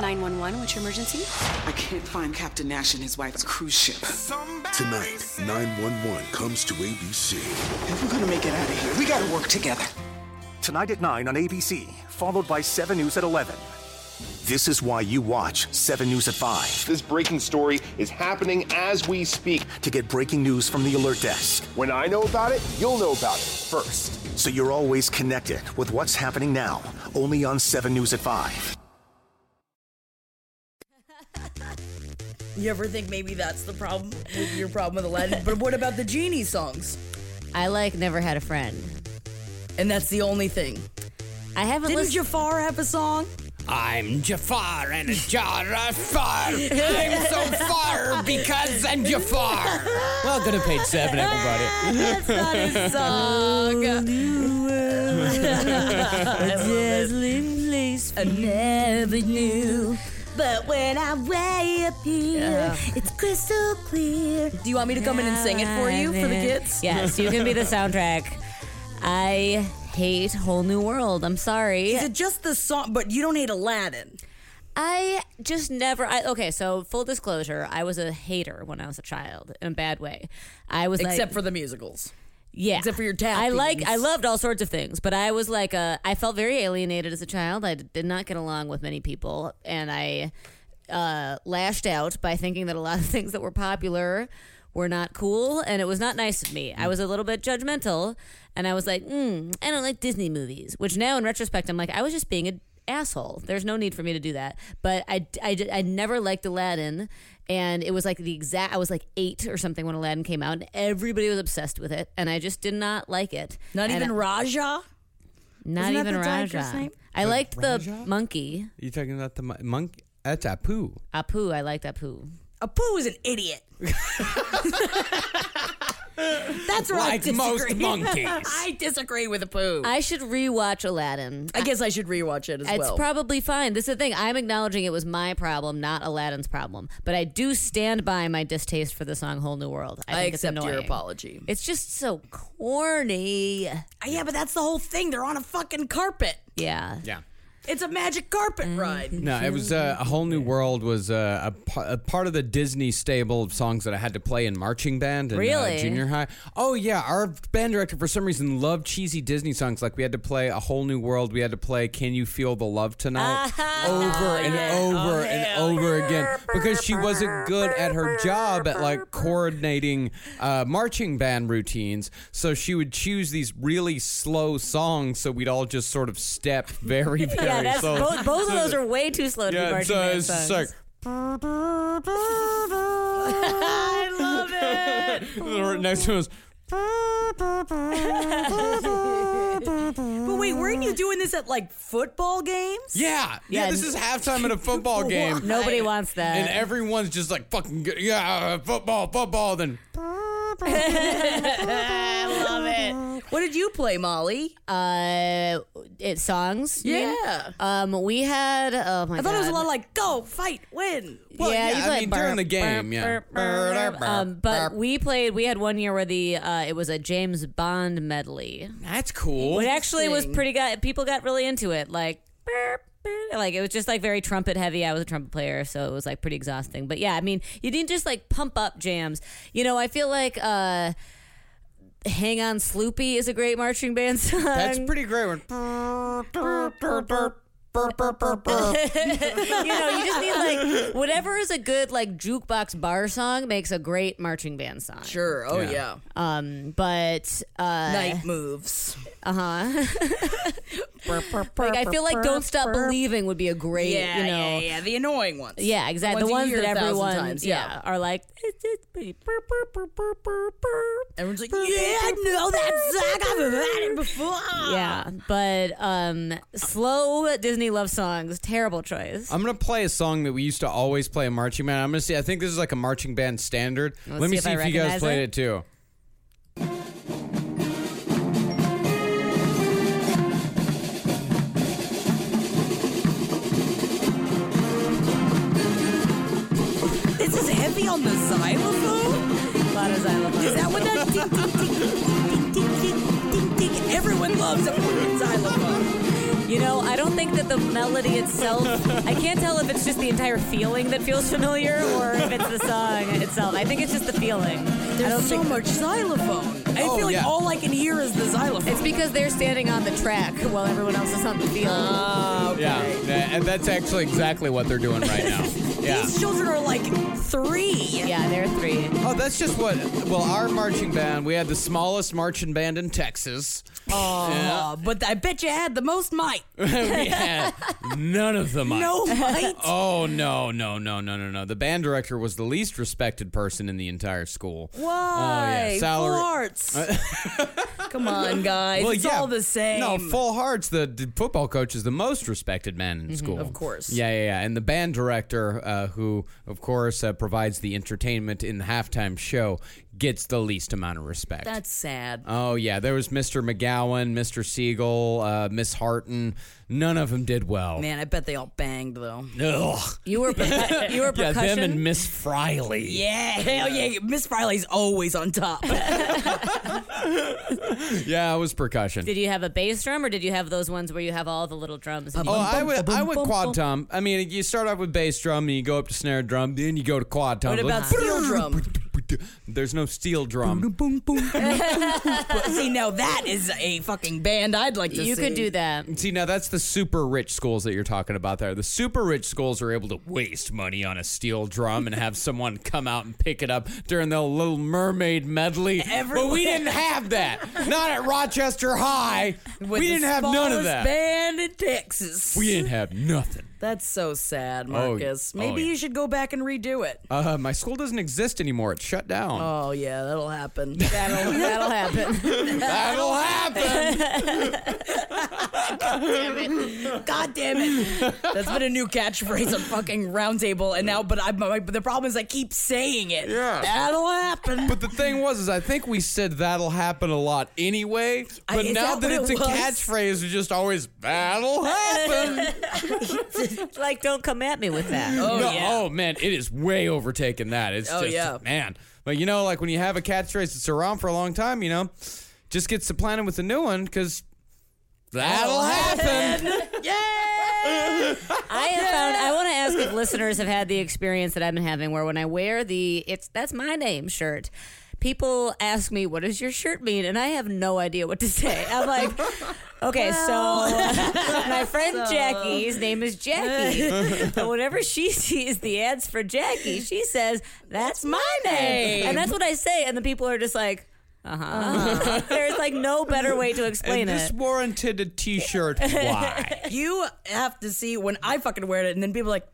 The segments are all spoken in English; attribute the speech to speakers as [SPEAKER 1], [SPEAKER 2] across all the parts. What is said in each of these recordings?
[SPEAKER 1] 911, what's your emergency?
[SPEAKER 2] I can't find Captain Nash and his wife's cruise ship.
[SPEAKER 3] Tonight, 911 comes to ABC.
[SPEAKER 2] If we're gonna make it out of here, we gotta work together.
[SPEAKER 4] Tonight at 9 on ABC, followed by 7 News at 11. This is why you watch 7 News at 5
[SPEAKER 5] This breaking story is happening as we speak.
[SPEAKER 4] to get breaking news from the alert desk
[SPEAKER 5] When I know about it, you'll know about it first.
[SPEAKER 4] so you're always connected with what's happening now, only on 7 News at 5.
[SPEAKER 6] You ever think maybe that's the problem? Your problem with Aladdin? but what about the Genie songs?
[SPEAKER 7] I like Never Had a Friend.
[SPEAKER 6] And that's the only thing.
[SPEAKER 7] I haven't
[SPEAKER 6] Didn't
[SPEAKER 7] listened.
[SPEAKER 6] Jafar have a song?
[SPEAKER 8] I'm Jafar and a jar of far. I'm so far because I'm Jafar. Welcome to page seven, everybody.
[SPEAKER 7] That's not his song. Dazzling place we never knew. But when I'm way up here, it's crystal clear.
[SPEAKER 6] Do you want me to come in and sing it for you for the kids?
[SPEAKER 7] Yes, you can be the soundtrack. I hate Whole New World. I'm sorry.
[SPEAKER 6] Is it just the song? But you don't hate Aladdin.
[SPEAKER 7] I just never. I, okay, so full disclosure, I was a hater when I was a child in a bad way. I was like,
[SPEAKER 6] Except for the musicals.
[SPEAKER 7] yeah,
[SPEAKER 6] except for your tap
[SPEAKER 7] I like, I
[SPEAKER 6] dance.
[SPEAKER 7] loved all sorts of things, but I was like, a, I felt very alienated as a child. I did not get along with many people, and I uh, lashed out by thinking that a lot of things that were popular were not cool, and it was not nice of
[SPEAKER 6] Mm.
[SPEAKER 7] me. I was a little bit judgmental, and I was like, mm, I don't like Disney movies. Which now, in retrospect, I'm like, I was just being a asshole. There's no need for me to do that. But I, I, did- I never liked Aladdin. And it was like the exact, I was like eight or something when Aladdin came out, and everybody was obsessed with it. And I just did not like it.
[SPEAKER 6] Not
[SPEAKER 7] And
[SPEAKER 6] even
[SPEAKER 7] I-
[SPEAKER 6] Raja.
[SPEAKER 7] Not
[SPEAKER 6] Isn't that
[SPEAKER 7] even
[SPEAKER 6] the tiger's
[SPEAKER 7] Raja.
[SPEAKER 6] name?
[SPEAKER 7] I liked
[SPEAKER 8] Raja?
[SPEAKER 7] the monkey.
[SPEAKER 8] You talking about the mon- monk? That's Apu.
[SPEAKER 7] Apu, I liked Apu.
[SPEAKER 6] Apu is an idiot. That's where I
[SPEAKER 8] Like
[SPEAKER 6] disagree.
[SPEAKER 8] most monkeys.
[SPEAKER 6] I disagree with Apu. I,
[SPEAKER 7] I should rewatch Aladdin.
[SPEAKER 6] I guess I should rewatch it as
[SPEAKER 7] It's
[SPEAKER 6] well.
[SPEAKER 7] probably fine. This is the thing. I'm acknowledging it was my problem, not Aladdin's problem. But I do stand by my distaste for the song "Whole New World." I,
[SPEAKER 6] I
[SPEAKER 7] think it's
[SPEAKER 6] accept your
[SPEAKER 7] annoying.
[SPEAKER 6] apology.
[SPEAKER 7] It's just so corny.
[SPEAKER 6] yeah, but that's the whole thing. They're on a fucking carpet.
[SPEAKER 7] Yeah.
[SPEAKER 8] Yeah.
[SPEAKER 6] It's a magic carpet
[SPEAKER 7] Mm-hmm.
[SPEAKER 6] ride.
[SPEAKER 8] No, it was uh, a whole new world. Was uh, a, pa- a part of the Disney stable of songs that I had to play in marching band and uh,
[SPEAKER 7] Really?
[SPEAKER 8] junior high. Oh yeah, our band director for some reason loved cheesy Disney songs. Like we had to play a whole new world. We had to play "Can You Feel the Love Tonight"
[SPEAKER 7] Uh-huh.
[SPEAKER 8] over
[SPEAKER 7] Oh,
[SPEAKER 8] and over and over again because she wasn't good at her job at like coordinating uh, marching band routines. So she would choose these really slow songs, so we'd all just sort of step very, very
[SPEAKER 7] Yeah, that's
[SPEAKER 8] slow.
[SPEAKER 7] both, both of those are way too slow to be
[SPEAKER 8] Yeah,
[SPEAKER 7] marching
[SPEAKER 8] so
[SPEAKER 7] band
[SPEAKER 8] it's just like
[SPEAKER 7] songs. I love it.
[SPEAKER 8] the next one was
[SPEAKER 6] But wait, weren't you doing this at like football games?
[SPEAKER 8] yeah, yeah.
[SPEAKER 7] Yeah,
[SPEAKER 8] this
[SPEAKER 7] n-
[SPEAKER 8] is halftime at a football game,
[SPEAKER 7] Nobody wants that.
[SPEAKER 8] and everyone's just like fucking good. yeah, football, football. Then
[SPEAKER 6] What did you play, Molly?
[SPEAKER 7] uh, it songs. you mean?
[SPEAKER 6] Yeah.
[SPEAKER 7] Um, we had. Oh my
[SPEAKER 6] I thought
[SPEAKER 7] god.
[SPEAKER 6] it was a lot like go, fight, win.
[SPEAKER 8] Well, yeah,
[SPEAKER 7] you
[SPEAKER 8] I
[SPEAKER 7] play
[SPEAKER 8] mean,
[SPEAKER 7] burp,
[SPEAKER 8] during the game,
[SPEAKER 7] burp,
[SPEAKER 8] yeah.
[SPEAKER 7] burp, burp, burp. Um, but
[SPEAKER 8] Burp.
[SPEAKER 7] we played. We had one year where the uh, it was a James Bond medley.
[SPEAKER 8] that's cool.
[SPEAKER 7] It actually was
[SPEAKER 6] Interesting.
[SPEAKER 7] pretty good. People got really into it. Like, burp, burp. like it was just like very trumpet heavy. I was a trumpet player, so it was like pretty exhausting. But yeah, I mean, you didn't just like pump up jams. You know, I feel like uh, "Hang On, Sloopy" is a great marching band song.
[SPEAKER 8] That's pretty great. One.
[SPEAKER 7] you know, you just need like whatever is a good like jukebox bar song makes a great marching band song.
[SPEAKER 6] Sure. Oh yeah.
[SPEAKER 7] Um, but uh,
[SPEAKER 6] Night moves.
[SPEAKER 7] uh huh.
[SPEAKER 1] Uh-huh. like I feel like "Don't Stop Believing" would be a great,
[SPEAKER 7] yeah,
[SPEAKER 1] you know,
[SPEAKER 7] yeah, yeah, the annoying ones.
[SPEAKER 1] Yeah, exactly. The
[SPEAKER 7] you
[SPEAKER 1] ones,
[SPEAKER 7] hear
[SPEAKER 1] that
[SPEAKER 7] a thousand
[SPEAKER 1] everyone
[SPEAKER 7] times,
[SPEAKER 1] yeah. are like "It's just pretty burr, burr, burr, burr, burr, burr."
[SPEAKER 7] Everyone's like,
[SPEAKER 1] Burr,
[SPEAKER 7] yeah, I
[SPEAKER 1] burr,
[SPEAKER 7] know that
[SPEAKER 1] burr,
[SPEAKER 7] song. I've
[SPEAKER 1] burr,
[SPEAKER 7] heard it
[SPEAKER 1] burr."
[SPEAKER 7] before.
[SPEAKER 1] Yeah, but um, slow Disney love songs, terrible choice.
[SPEAKER 8] I'm gonna play a song that we used to always play in marching band. I'm gonna see. I think this is like a marching band standard.
[SPEAKER 1] Let's
[SPEAKER 8] Let
[SPEAKER 1] see
[SPEAKER 8] me
[SPEAKER 1] if
[SPEAKER 8] see
[SPEAKER 1] I
[SPEAKER 8] if, you guys
[SPEAKER 1] recognize
[SPEAKER 8] played
[SPEAKER 1] it.
[SPEAKER 8] it, too.
[SPEAKER 7] This is heavy on the xylophone.
[SPEAKER 1] A lot of xylophones.
[SPEAKER 7] Is that what that ding ding ding ding ding ding ding ding? Everyone loves a freaking xylophone.
[SPEAKER 1] You know, I don't think that the melody itself, I can't tell if it's just the entire feeling that feels familiar or if it's the song itself. I think it's just the feeling. I don't
[SPEAKER 7] There's so
[SPEAKER 1] think-
[SPEAKER 7] much xylophone. I
[SPEAKER 8] Oh,
[SPEAKER 7] feel like
[SPEAKER 8] yeah.
[SPEAKER 7] all I can hear is the xylophone.
[SPEAKER 1] It's because they're standing on the track while everyone else is on the field.
[SPEAKER 7] Oh,
[SPEAKER 8] Yeah, that- and that's actually exactly what they're doing right now. Yeah.
[SPEAKER 7] These children are like three.
[SPEAKER 1] yeah, they're three.
[SPEAKER 8] Oh, that's just what. Well, our marching band. We had the smallest marching band in Texas.
[SPEAKER 7] Uh, but I bet you had the most might.
[SPEAKER 8] we had none of the mic.
[SPEAKER 7] No might.
[SPEAKER 8] Oh no no no no no no! The band director was the least respected person in the entire school.
[SPEAKER 7] Why?
[SPEAKER 8] Oh yeah, salary. Uh,
[SPEAKER 7] Full hearts. Come on, guys.
[SPEAKER 8] Well,
[SPEAKER 7] it's
[SPEAKER 8] yeah.
[SPEAKER 7] all the same.
[SPEAKER 8] No, full hearts. The, the football coach is the most respected man in school,
[SPEAKER 7] Mm-hmm, of course.
[SPEAKER 8] Yeah, yeah, yeah. And the band director, uh, who of course uh, provides the entertainment in the halftime show, gets the least amount of respect.
[SPEAKER 7] That's sad.
[SPEAKER 8] Oh yeah, there was Mr. McGowan, Mr. Siegel, uh, Miss Harton. None of them did well.
[SPEAKER 7] Man, I bet they all banged though.
[SPEAKER 8] Ugh.
[SPEAKER 1] You were percu- you were
[SPEAKER 8] Yeah,
[SPEAKER 1] percussion.
[SPEAKER 8] them and Miss Friley.
[SPEAKER 7] Yeah, hell yeah. Miss Friley's always on top.
[SPEAKER 8] yeah, it was percussion.
[SPEAKER 1] did you have a bass drum or did you have those ones where you have all the little drums? and
[SPEAKER 8] Oh,
[SPEAKER 1] you-
[SPEAKER 8] I would, I would
[SPEAKER 7] bum,
[SPEAKER 8] quad
[SPEAKER 7] bum.
[SPEAKER 8] tom. I mean, you start off with bass drum, and you go up to snare drum, then you go to quad tom.
[SPEAKER 7] what about steel drum?
[SPEAKER 8] There's no steel drum.
[SPEAKER 7] See, now that is a fucking band I'd like to
[SPEAKER 1] you
[SPEAKER 7] see.
[SPEAKER 1] could do that.
[SPEAKER 8] See, now that's the super rich schools that you're talking about there. The super rich schools are able to waste money on a steel drum and have someone come out and pick it up during the Little Mermaid medley. But we didn't have that. Not at Rochester High.
[SPEAKER 7] With
[SPEAKER 8] we
[SPEAKER 7] the
[SPEAKER 8] didn't have none of
[SPEAKER 7] smallest
[SPEAKER 8] that.
[SPEAKER 7] Band in Texas.
[SPEAKER 8] We didn't have nothing.
[SPEAKER 7] That's so sad, Marcus.
[SPEAKER 8] oh,
[SPEAKER 7] Maybe
[SPEAKER 8] yeah.
[SPEAKER 7] you should go back and redo it.
[SPEAKER 8] Uh, my school doesn't exist anymore. It's shut down.
[SPEAKER 7] oh yeah, that'll happen. That'll
[SPEAKER 1] That'll happen.
[SPEAKER 8] That'll happen.
[SPEAKER 7] God damn it. That's been a new catchphrase on fucking Roundtable. And now, but I, my, but the problem is I keep saying it.
[SPEAKER 8] Yeah.
[SPEAKER 7] That'll happen.
[SPEAKER 8] But the thing was, is I think we said that'll happen a lot anyway.
[SPEAKER 7] I-
[SPEAKER 8] But
[SPEAKER 7] is
[SPEAKER 8] now
[SPEAKER 7] that
[SPEAKER 8] that, it's
[SPEAKER 7] what it
[SPEAKER 8] a
[SPEAKER 7] was?
[SPEAKER 8] catchphrase, it's just always that'll happen.
[SPEAKER 1] like, don't come at me with that.
[SPEAKER 7] oh,
[SPEAKER 8] No,
[SPEAKER 7] yeah.
[SPEAKER 8] oh man, it is way overtaken that. It's
[SPEAKER 7] Oh,
[SPEAKER 8] just
[SPEAKER 7] yeah.
[SPEAKER 8] man. But you know, like when you have a catchphrase that's around for a long time, you know, just get supplanted with a new one because that'll happen.
[SPEAKER 1] I have found. I want to ask if listeners have had the experience that I've been having, where when I wear the "it's that's my name" shirt, people ask me, "What does your shirt mean?" and I have no idea what to say. I'm like, okay, so my friend Jackie's name is Jackie, but whenever she sees the ads for Jackie, she says, "That's my name," and that's what I say, and the people are just like. Uh huh. There's like no better way to explain
[SPEAKER 8] and this
[SPEAKER 1] it.
[SPEAKER 8] warranted a T-shirt. Why?
[SPEAKER 7] You have to see when I fucking wear it, and then people are like,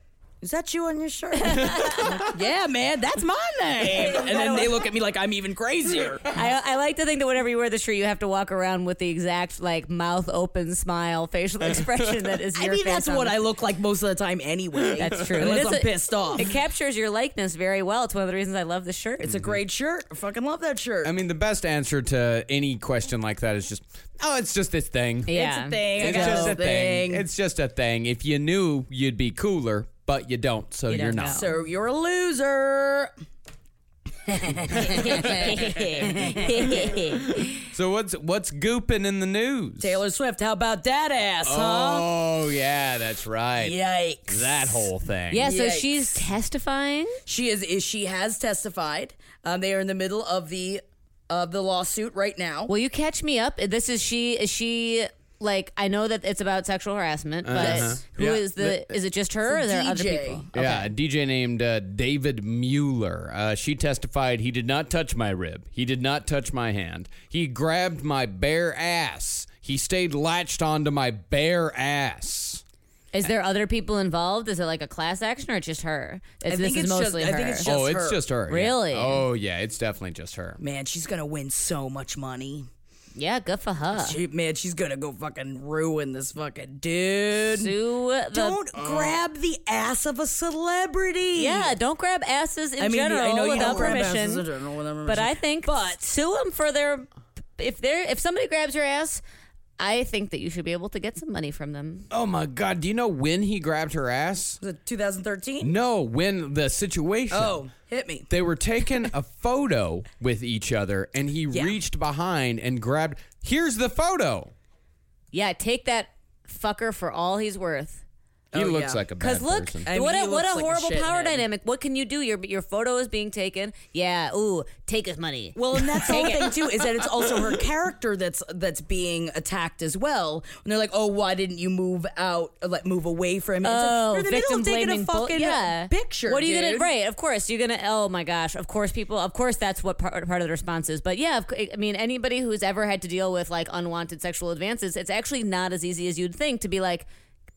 [SPEAKER 7] is that you on your shirt? yeah, man, that's my name. And then they look at me like I'm even crazier.
[SPEAKER 1] I, I like to think that whenever you wear the shirt, you have to walk around with the exact like mouth open smile, facial expression that is.
[SPEAKER 7] I
[SPEAKER 1] Your
[SPEAKER 7] mean,
[SPEAKER 1] face
[SPEAKER 7] that's
[SPEAKER 1] on
[SPEAKER 7] what
[SPEAKER 1] the-
[SPEAKER 7] I look like most of the time anyway.
[SPEAKER 1] That's true.
[SPEAKER 7] Unless
[SPEAKER 1] It is
[SPEAKER 7] I'm
[SPEAKER 1] a-
[SPEAKER 7] pissed off.
[SPEAKER 1] It captures your likeness very well. It's one of the reasons I love the shirt. Mm-hmm. Um,
[SPEAKER 7] It's a great shirt. I fucking love that shirt.
[SPEAKER 8] I mean, the best answer to any question like that is just, oh, it's just this thing.
[SPEAKER 1] yeah.
[SPEAKER 7] It's a thing. I
[SPEAKER 8] It's
[SPEAKER 7] got
[SPEAKER 8] just
[SPEAKER 7] this
[SPEAKER 8] a thing. It's just a thing. If you knew, you'd be cooler, but you don't, so you are
[SPEAKER 1] don't
[SPEAKER 8] not.
[SPEAKER 7] So you're a loser.
[SPEAKER 8] So what's what's gooping in the news?
[SPEAKER 7] Taylor Swift, how about that ass, huh?
[SPEAKER 8] Oh yeah, that's right.
[SPEAKER 7] Yikes.
[SPEAKER 8] That whole thing.
[SPEAKER 1] yeah. Uh, So
[SPEAKER 7] Yikes.
[SPEAKER 1] she's testifying.
[SPEAKER 7] She is, is she has testified. Um, they are in the middle of the of the lawsuit right now.
[SPEAKER 1] Will you catch me up? This is she. Is she? Like I know that it's about sexual harassment, but
[SPEAKER 8] Uh-huh.
[SPEAKER 1] who
[SPEAKER 8] Yeah.
[SPEAKER 1] is the? Is it just her? or Are there other
[SPEAKER 7] DJ.
[SPEAKER 1] people?
[SPEAKER 8] Yeah, a DJ named uh, David Mueller. Uh, she testified he did not touch my rib. He did not touch my hand. He grabbed my bare ass. He stayed latched onto my bare ass.
[SPEAKER 1] Is there other people involved? Is it like a class action or just her? Is,
[SPEAKER 7] I
[SPEAKER 1] this
[SPEAKER 7] think
[SPEAKER 1] is
[SPEAKER 7] it's just-
[SPEAKER 1] mostly
[SPEAKER 7] I
[SPEAKER 1] her.
[SPEAKER 7] think it's
[SPEAKER 8] oh,
[SPEAKER 7] just
[SPEAKER 8] it's
[SPEAKER 7] her.
[SPEAKER 8] just her. yeah.
[SPEAKER 1] Really?
[SPEAKER 8] Oh, yeah. It's definitely just her.
[SPEAKER 7] Man, she's gonna win so much money.
[SPEAKER 1] yeah, good for her.
[SPEAKER 7] She, man, she's gonna go fucking ruin this fucking dude.
[SPEAKER 1] Sue the
[SPEAKER 7] Don't
[SPEAKER 8] Oh.
[SPEAKER 7] grab the ass of a celebrity.
[SPEAKER 1] yeah, don't grab asses in
[SPEAKER 7] I mean, you- I
[SPEAKER 1] general
[SPEAKER 7] know you
[SPEAKER 1] without
[SPEAKER 7] don't grab
[SPEAKER 1] permission.
[SPEAKER 7] asses in general without
[SPEAKER 1] But
[SPEAKER 7] permission.
[SPEAKER 1] I think
[SPEAKER 7] But-
[SPEAKER 1] sue them for their if they're if somebody grabs your ass, I think that you should be able to get some money from them.
[SPEAKER 8] Oh, my God. Do you know when he grabbed her ass?
[SPEAKER 7] Was it 2013?
[SPEAKER 8] No, when the situation.
[SPEAKER 7] Oh, hit me.
[SPEAKER 8] They were taking a photo with each other, and he
[SPEAKER 7] Yeah.
[SPEAKER 8] reached behind and grabbed. Here's the photo.
[SPEAKER 1] Yeah, take that fucker for all he's worth.
[SPEAKER 8] He
[SPEAKER 7] Oh,
[SPEAKER 8] looks
[SPEAKER 7] yeah.
[SPEAKER 8] like a bad
[SPEAKER 1] Because look,
[SPEAKER 8] person.
[SPEAKER 7] I
[SPEAKER 1] what
[SPEAKER 7] mean,
[SPEAKER 1] a
[SPEAKER 7] he
[SPEAKER 1] what a
[SPEAKER 7] looks like a
[SPEAKER 1] horrible power
[SPEAKER 7] shithead.
[SPEAKER 1] dynamic. What can you do? Your your photo is being taken. Yeah. Ooh, take his money.
[SPEAKER 7] Well, and that's the whole thing too is that it's also her character that's that's being attacked as well. And they're like, "Oh, why didn't you move out? Like, move away from him?" It's like,
[SPEAKER 1] Oh,
[SPEAKER 7] you're in the middle
[SPEAKER 1] victim
[SPEAKER 7] of taking
[SPEAKER 1] blaming
[SPEAKER 7] a
[SPEAKER 1] bull-
[SPEAKER 7] fucking
[SPEAKER 1] yeah.
[SPEAKER 7] picture.
[SPEAKER 1] What are you gonna?
[SPEAKER 7] dude.
[SPEAKER 1] Right, of course you're gonna. Oh my gosh, of course people. Of course that's what part, part of the response is. But yeah, of cou- I mean anybody who's ever had to deal with like unwanted sexual advances, it's actually not as easy as you'd think to be like.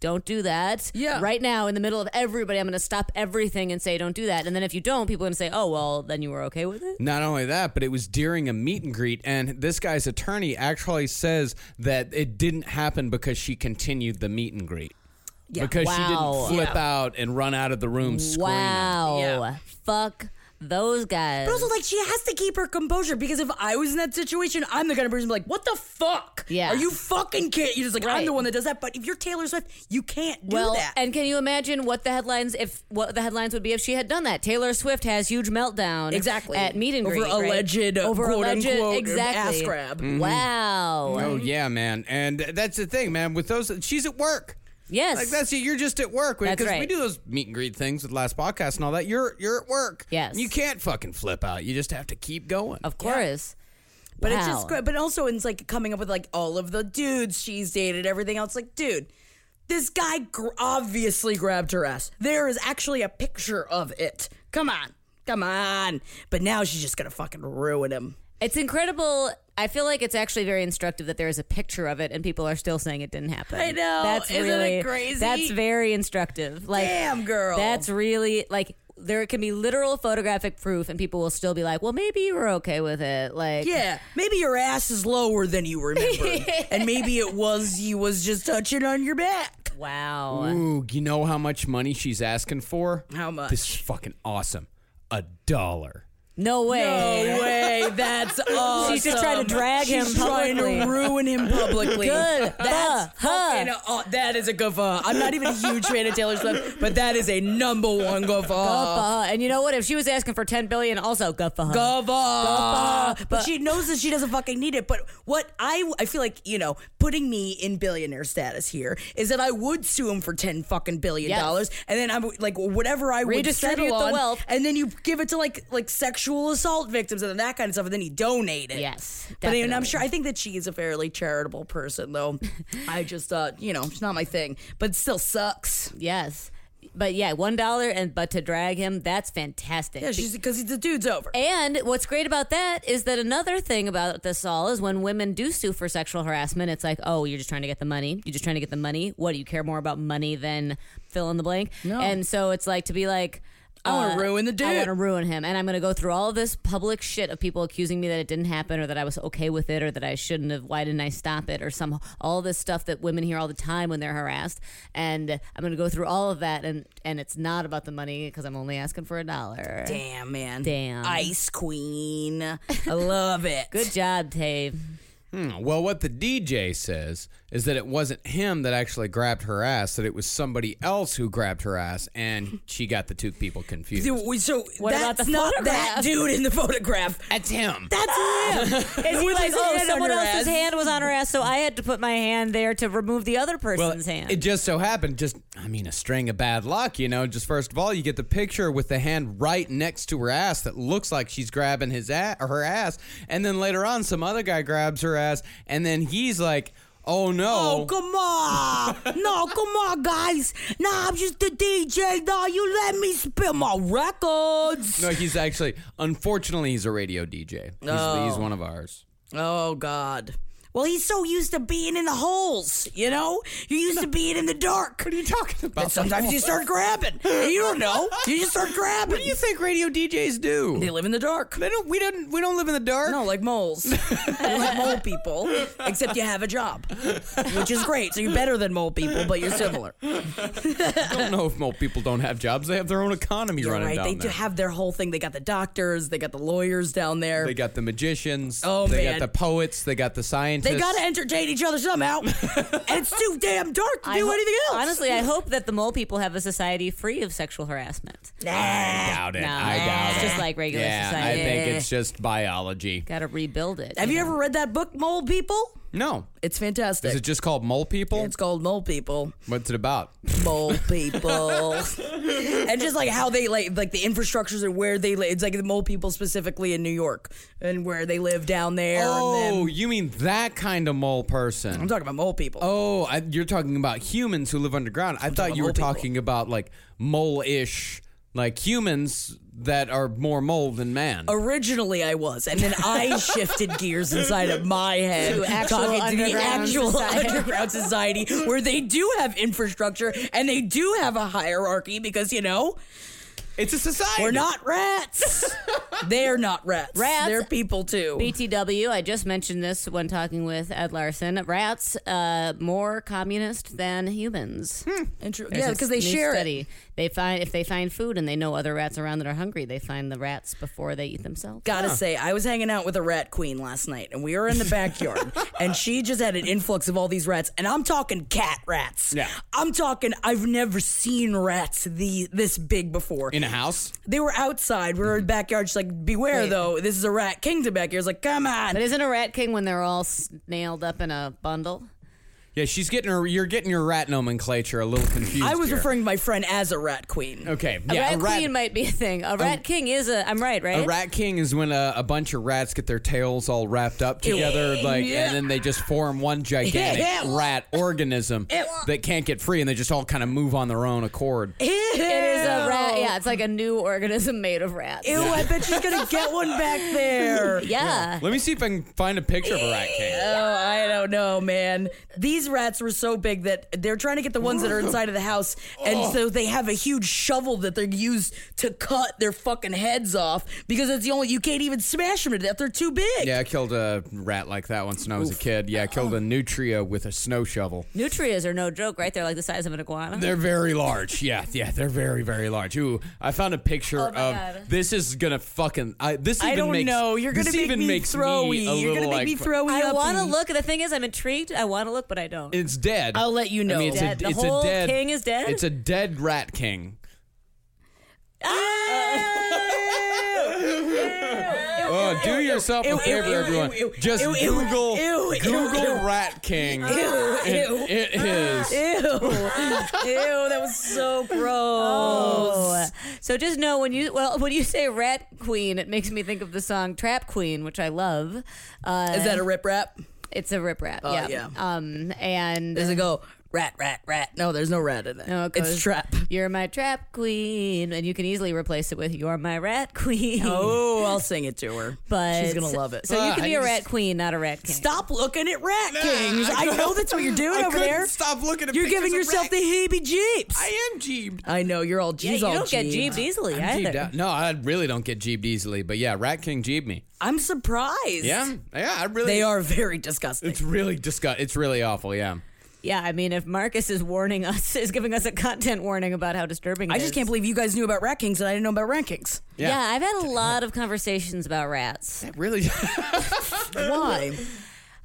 [SPEAKER 1] Don't do that.
[SPEAKER 7] Yeah.
[SPEAKER 1] Right now, in the middle of everybody, I'm going to stop everything and say, don't do that. And then if you don't, people are going to say, oh, well, then you were okay with it.
[SPEAKER 8] Not only that, but it was during a meet and greet, and this guy's attorney actually says that it didn't happen because she continued the meet and greet. Because
[SPEAKER 1] Wow.
[SPEAKER 8] she didn't flip out and run out of the room screaming.
[SPEAKER 1] Wow.
[SPEAKER 7] Yeah.
[SPEAKER 1] Fuck those guys.
[SPEAKER 7] But also, like, she has to keep her composure because if I was in that situation, I'm the kind of person be like, "What the fuck?
[SPEAKER 1] Yeah.
[SPEAKER 7] are you fucking kidding?" You're just like,
[SPEAKER 1] Right.
[SPEAKER 7] "I'm the one that does that." But if you're Taylor Swift, you can't do
[SPEAKER 1] well,
[SPEAKER 7] that.
[SPEAKER 1] and can you imagine what the headlines if what the headlines would be if she had done that? Taylor Swift has huge meltdown
[SPEAKER 7] Exactly.
[SPEAKER 1] at meet and
[SPEAKER 7] Over
[SPEAKER 1] great right?
[SPEAKER 7] alleged, uh,
[SPEAKER 1] over
[SPEAKER 7] quote,
[SPEAKER 1] alleged
[SPEAKER 7] unquote,
[SPEAKER 1] exactly Mm-hmm.
[SPEAKER 7] ass grab. Mm-hmm.
[SPEAKER 1] Wow.
[SPEAKER 8] Oh yeah, man, and that's the thing, man. With those, she's at work.
[SPEAKER 1] Yes.
[SPEAKER 8] Like that's it. You're just at work
[SPEAKER 1] That's
[SPEAKER 8] because we
[SPEAKER 1] right.
[SPEAKER 8] do those meet and greet things with last podcast and all that. You're you're at work.
[SPEAKER 1] Yes.
[SPEAKER 8] You can't fucking flip out. You just have to keep going.
[SPEAKER 1] of course.
[SPEAKER 7] But it's
[SPEAKER 1] Wow.
[SPEAKER 7] just great. But also, it's like coming up with like all of the dudes she's dated, everything else. Like, dude, this guy gr- obviously grabbed her ass. There is actually a picture of it. Come on, come on. But now she's just gonna fucking ruin him.
[SPEAKER 1] It's incredible. I feel like it's actually very instructive that there is a picture of it and people are still saying it didn't happen.
[SPEAKER 7] I know.
[SPEAKER 1] That's
[SPEAKER 7] Isn't it
[SPEAKER 1] really
[SPEAKER 7] crazy?
[SPEAKER 1] That's very instructive. Like
[SPEAKER 7] Damn, girl.
[SPEAKER 1] That's really like there can be literal photographic proof and people will still be like, "Well, maybe you were okay with it." Like
[SPEAKER 7] Yeah, maybe your ass is lower than you remember, and maybe it was you was just touching on your back.
[SPEAKER 1] Wow.
[SPEAKER 8] Ooh, you know how much money she's asking for?
[SPEAKER 7] How much?
[SPEAKER 8] This is fucking awesome. A dollar.
[SPEAKER 1] No way.
[SPEAKER 7] No way, that's awesome.
[SPEAKER 1] She's just trying to drag him
[SPEAKER 7] She's trying
[SPEAKER 1] publicly.
[SPEAKER 7] to ruin him publicly.
[SPEAKER 1] Good.
[SPEAKER 7] That's
[SPEAKER 1] Huh.
[SPEAKER 7] fucking. aw- that is a good fuck. I'm not even a huge fan of Taylor Swift, but that is a number one good fuck.
[SPEAKER 1] Guffaw. And you know what? If she was asking for ten billion, also guffaw.
[SPEAKER 7] Guffaw.
[SPEAKER 1] But-
[SPEAKER 7] But she knows that she doesn't fucking need it. But what I I feel like, you know, putting me in billionaire status here is that I would sue him for 10 fucking billion
[SPEAKER 1] Yes.
[SPEAKER 7] dollars and then I'm like whatever I would
[SPEAKER 1] Redistribute
[SPEAKER 7] settle
[SPEAKER 1] the
[SPEAKER 7] on,
[SPEAKER 1] wealth.
[SPEAKER 7] and then you give it to like like sexual assault victims and that kind of stuff and then you donate it.
[SPEAKER 1] Yes,
[SPEAKER 7] But I mean, I'm
[SPEAKER 1] definitely.
[SPEAKER 7] sure I think that she is a fairly charitable person though. I just uh, you know, it's not my thing, but it still sucks.
[SPEAKER 1] yes. But yeah, one dollar and but to drag him, that's fantastic.
[SPEAKER 7] Yeah, she's cuz the dude's over.
[SPEAKER 1] And what's great about that is that another thing about this all is when women do sue for sexual harassment, it's like, oh, you're just trying to get the money. You're just trying to get the money. What do you care more about money than fill in the blank? No. And so it's like to be like,
[SPEAKER 7] I wanna ruin the
[SPEAKER 1] I
[SPEAKER 7] dude.
[SPEAKER 1] want to ruin him, and I'm going to go through all this public shit of people accusing me that it didn't happen, or that I was okay with it, or that I shouldn't have. Why didn't I stop it? Or some all this stuff that women hear all the time when they're harassed, and I'm going to go through all of that, and and it's not about the money because I'm only asking for a dollar.
[SPEAKER 7] Damn, man.
[SPEAKER 1] Damn.
[SPEAKER 7] Ice Queen. I love it.
[SPEAKER 1] Good job, Tave.
[SPEAKER 8] Hmm, Well, what the DJ says is that it wasn't him that actually grabbed her ass; that it was somebody else who grabbed her ass, and she got the two people confused.
[SPEAKER 7] Dude, we- so
[SPEAKER 1] What about
[SPEAKER 7] that's
[SPEAKER 1] the
[SPEAKER 7] not
[SPEAKER 1] photograph?
[SPEAKER 7] that dude in the photograph.
[SPEAKER 8] That's him.
[SPEAKER 7] That's him.
[SPEAKER 1] Is he
[SPEAKER 7] With
[SPEAKER 1] like,
[SPEAKER 7] his
[SPEAKER 1] oh,
[SPEAKER 7] hand on
[SPEAKER 1] someone
[SPEAKER 7] her
[SPEAKER 1] else's
[SPEAKER 7] ass."
[SPEAKER 1] hand was on her ass, so I had to put my hand there to remove the other
[SPEAKER 8] Well,
[SPEAKER 1] person's hand.
[SPEAKER 8] it just so happened. Just, I mean, a string of bad luck, you know. Just first of all, you get the picture with the hand right next to her ass that looks like she's grabbing his ass or her ass, and then later on, some other guy grabs her ass, and then he's like, "Oh
[SPEAKER 7] Oh,
[SPEAKER 8] no!"
[SPEAKER 7] come on. no, come on, guys. Nah, I'm just the DJ. Nah, you let me spin my records.
[SPEAKER 8] no, he's actually, unfortunately, he's a radio DJ. He's, he's one of ours.
[SPEAKER 7] Oh, God. Well, he's so used to being in the holes, you know? You're used to being in the dark. What
[SPEAKER 8] are you talking about?
[SPEAKER 7] But sometimes you start grabbing. You don't know. You just start grabbing.
[SPEAKER 8] What do you think radio DJs do?
[SPEAKER 7] They live in the dark.
[SPEAKER 8] They don't. We don't. We don't live in the dark.
[SPEAKER 7] No, like moles. They're like mole people, except you have a job, which is great. So you're better than mole people, but you're similar.
[SPEAKER 8] I don't know if mole people don't have jobs. They have their own economy
[SPEAKER 7] You're
[SPEAKER 8] running
[SPEAKER 7] right.
[SPEAKER 8] down
[SPEAKER 7] They do
[SPEAKER 8] there.
[SPEAKER 7] have their whole thing. They got the doctors. They got the lawyers down there.
[SPEAKER 8] they got the magicians.
[SPEAKER 7] Oh,
[SPEAKER 8] they
[SPEAKER 7] man.
[SPEAKER 8] got the poets. They got the scientists.
[SPEAKER 7] They got to entertain each other somehow. and it's too damn dark to
[SPEAKER 1] I
[SPEAKER 7] do
[SPEAKER 1] ho-
[SPEAKER 7] anything else.
[SPEAKER 1] Honestly, I hope that the mole people have a society free of sexual harassment.
[SPEAKER 8] I doubt it.
[SPEAKER 1] No,
[SPEAKER 8] I doubt
[SPEAKER 1] it's
[SPEAKER 8] it.
[SPEAKER 1] just like regular
[SPEAKER 8] yeah,
[SPEAKER 1] society.
[SPEAKER 8] I think it's just biology.
[SPEAKER 1] Got to rebuild it.
[SPEAKER 7] Have you ever read that book, Mole People?
[SPEAKER 8] No.
[SPEAKER 7] It's fantastic.
[SPEAKER 8] Is it just called mole people?
[SPEAKER 7] it's called Mole People.
[SPEAKER 8] What's it about?
[SPEAKER 7] Mole people, and just like how they like like the infrastructures and where they live. It's like the mole people specifically in New York and where they live down there. and
[SPEAKER 8] Oh,
[SPEAKER 7] then,
[SPEAKER 8] you mean that kind of mole person?
[SPEAKER 7] I'm talking about mole people.
[SPEAKER 8] Oh, I, you're talking about humans who live underground. I thought you were
[SPEAKER 7] about mole people.
[SPEAKER 8] talking about like mole-ish, like humans that are more mole than man.
[SPEAKER 7] Originally, I was, and then I shifted gears inside of my head,
[SPEAKER 1] To actual
[SPEAKER 7] talking to the
[SPEAKER 1] underground
[SPEAKER 7] actual
[SPEAKER 1] society.
[SPEAKER 7] underground society where they do have infrastructure and they do have a hierarchy because you know
[SPEAKER 8] it's a society.
[SPEAKER 7] we're not rats. They're not rats.
[SPEAKER 1] Rats.
[SPEAKER 7] They're people too.
[SPEAKER 1] BTW, I just mentioned this when talking with Ed Larson. Rats, uh, more communist than humans. There's
[SPEAKER 7] Intro- Hmm. yeah,
[SPEAKER 1] a
[SPEAKER 7] because they
[SPEAKER 1] new
[SPEAKER 7] share it.
[SPEAKER 1] study. They find if they find food and they know other rats around that are hungry, they find the rats before they eat themselves.
[SPEAKER 7] Gotta say, I was hanging out with a rat queen last night, and we were in the backyard, and she just had an influx of all these rats, and I'm talking cat rats.
[SPEAKER 8] Yeah.
[SPEAKER 7] I'm talking. I've never seen rats the this big before.
[SPEAKER 8] in a house.
[SPEAKER 7] they were outside. We were in the backyard. She's like, "Beware,
[SPEAKER 1] Mm-hmm. Wait.
[SPEAKER 7] though. This is a rat kingdom back here." I was like, "Come on."
[SPEAKER 1] But isn't a rat king when they're all s- nailed up in a bundle?
[SPEAKER 8] Yeah, she's getting her. You're getting your rat nomenclature a little confused.
[SPEAKER 7] I was
[SPEAKER 8] here.
[SPEAKER 7] referring to my friend as a rat queen.
[SPEAKER 8] Okay,
[SPEAKER 1] A
[SPEAKER 8] yeah,
[SPEAKER 1] rat, queen might be a thing. A
[SPEAKER 7] Oh.
[SPEAKER 1] rat king is a. I'm right, right?
[SPEAKER 8] A rat king is when a, a bunch of rats get their tails all wrapped up together, like, and then they just form one gigantic
[SPEAKER 7] Ew.
[SPEAKER 8] rat organism that can't get free, and they just all kind of move on their own accord.
[SPEAKER 1] It is a rat. Yeah, it's like a new organism made of rats.
[SPEAKER 7] Ew, I bet she's gonna get one back there.
[SPEAKER 1] Yeah.
[SPEAKER 8] Let me see if I can find a picture of a rat king.
[SPEAKER 7] Oh, I don't know, man. These rats were so big that they're trying to get the ones that are inside of the house, and so they have a huge shovel that they use to cut their fucking heads off because it's the only you can't even smash them to death. They're too big.
[SPEAKER 8] Yeah, I killed a rat like that once when I was a kid. Yeah, I killed
[SPEAKER 7] Oh.
[SPEAKER 8] a nutria with a snow shovel.
[SPEAKER 1] Nutrias are no joke, right? They're like the size of an iguana.
[SPEAKER 8] They're very large. Yeah, yeah, they're very, very large. Ooh, I found a picture
[SPEAKER 1] Oh
[SPEAKER 8] of
[SPEAKER 1] my God.
[SPEAKER 8] this is gonna fucking. I, this even
[SPEAKER 7] I don't
[SPEAKER 8] makes,
[SPEAKER 7] know. You're gonna
[SPEAKER 8] this
[SPEAKER 7] make
[SPEAKER 8] even
[SPEAKER 7] me
[SPEAKER 8] makes
[SPEAKER 7] throwy.
[SPEAKER 8] Me a
[SPEAKER 7] You're gonna
[SPEAKER 8] little,
[SPEAKER 7] make
[SPEAKER 8] like,
[SPEAKER 7] me throwy.
[SPEAKER 1] I
[SPEAKER 7] up.
[SPEAKER 1] want to look. The thing is, I'm intrigued. I want to look, but I don't.
[SPEAKER 8] It's dead.
[SPEAKER 7] I'll let you
[SPEAKER 8] I
[SPEAKER 7] know.
[SPEAKER 8] mean, it's
[SPEAKER 1] Dead.
[SPEAKER 8] a,
[SPEAKER 1] The
[SPEAKER 8] it's
[SPEAKER 1] whole
[SPEAKER 8] a dead
[SPEAKER 1] king is dead?
[SPEAKER 8] It's a dead rat king.
[SPEAKER 7] Ah!
[SPEAKER 1] Ah!
[SPEAKER 8] Oh, do yourself
[SPEAKER 7] ew,
[SPEAKER 8] a favor,
[SPEAKER 7] ew, ew,
[SPEAKER 8] everyone.
[SPEAKER 7] ew, ew,
[SPEAKER 8] Just
[SPEAKER 7] ew, ew,
[SPEAKER 8] Google
[SPEAKER 7] ew, ew,
[SPEAKER 8] Google
[SPEAKER 7] ew.
[SPEAKER 8] rat king. and
[SPEAKER 7] ew.
[SPEAKER 8] It is.
[SPEAKER 7] Ew. Ew, that was so gross.
[SPEAKER 1] Oh. So just know when you well when you say rat queen, it makes me think of the song Trap Queen, which I love. Uh,
[SPEAKER 7] Is that a rip rap?
[SPEAKER 1] It's a rip rap.
[SPEAKER 7] Oh,
[SPEAKER 1] yeah.
[SPEAKER 7] yeah.
[SPEAKER 1] Um, and
[SPEAKER 7] Does it go rat, rat, rat? No, there's no rat in there.
[SPEAKER 1] No, it
[SPEAKER 7] it's
[SPEAKER 1] goes,
[SPEAKER 7] trap.
[SPEAKER 1] You're my trap queen, and you can easily replace it with "You're my rat queen."
[SPEAKER 7] Oh, I'll sing it to her.
[SPEAKER 1] but
[SPEAKER 7] she's gonna love it.
[SPEAKER 1] So you
[SPEAKER 8] Ah,
[SPEAKER 1] can be
[SPEAKER 8] I
[SPEAKER 1] a
[SPEAKER 8] just-
[SPEAKER 1] rat queen, not a rat king.
[SPEAKER 7] Stop looking at rat kings. I, know that's what you're doing
[SPEAKER 8] I
[SPEAKER 7] over
[SPEAKER 8] couldn't
[SPEAKER 7] there.
[SPEAKER 8] Stop looking at
[SPEAKER 7] You're giving
[SPEAKER 8] pictures of
[SPEAKER 7] yourself
[SPEAKER 8] rat-
[SPEAKER 7] the heebie jeeps. I,
[SPEAKER 8] I am jeebed.
[SPEAKER 7] know you're all
[SPEAKER 1] yeah,
[SPEAKER 7] jeez
[SPEAKER 1] you
[SPEAKER 7] all
[SPEAKER 1] don't get
[SPEAKER 7] jeebed.
[SPEAKER 1] jeebed easily either.
[SPEAKER 8] Jeebed out. No, I really don't get jeebed easily. But yeah, rat king jeebed me.
[SPEAKER 7] I'm surprised.
[SPEAKER 8] Yeah, yeah, I really.
[SPEAKER 7] They are very disgusting.
[SPEAKER 8] It's really disgust. It's really awful. Yeah.
[SPEAKER 1] Yeah, I mean, if Marcus is warning us, is giving us a content warning about how disturbing. it
[SPEAKER 7] I just
[SPEAKER 1] is.
[SPEAKER 7] can't believe you guys knew about rat kings and I didn't know about rat kings.
[SPEAKER 1] Yeah. I've had a lot of conversations about rats. Uh,
[SPEAKER 8] Really.
[SPEAKER 7] Why?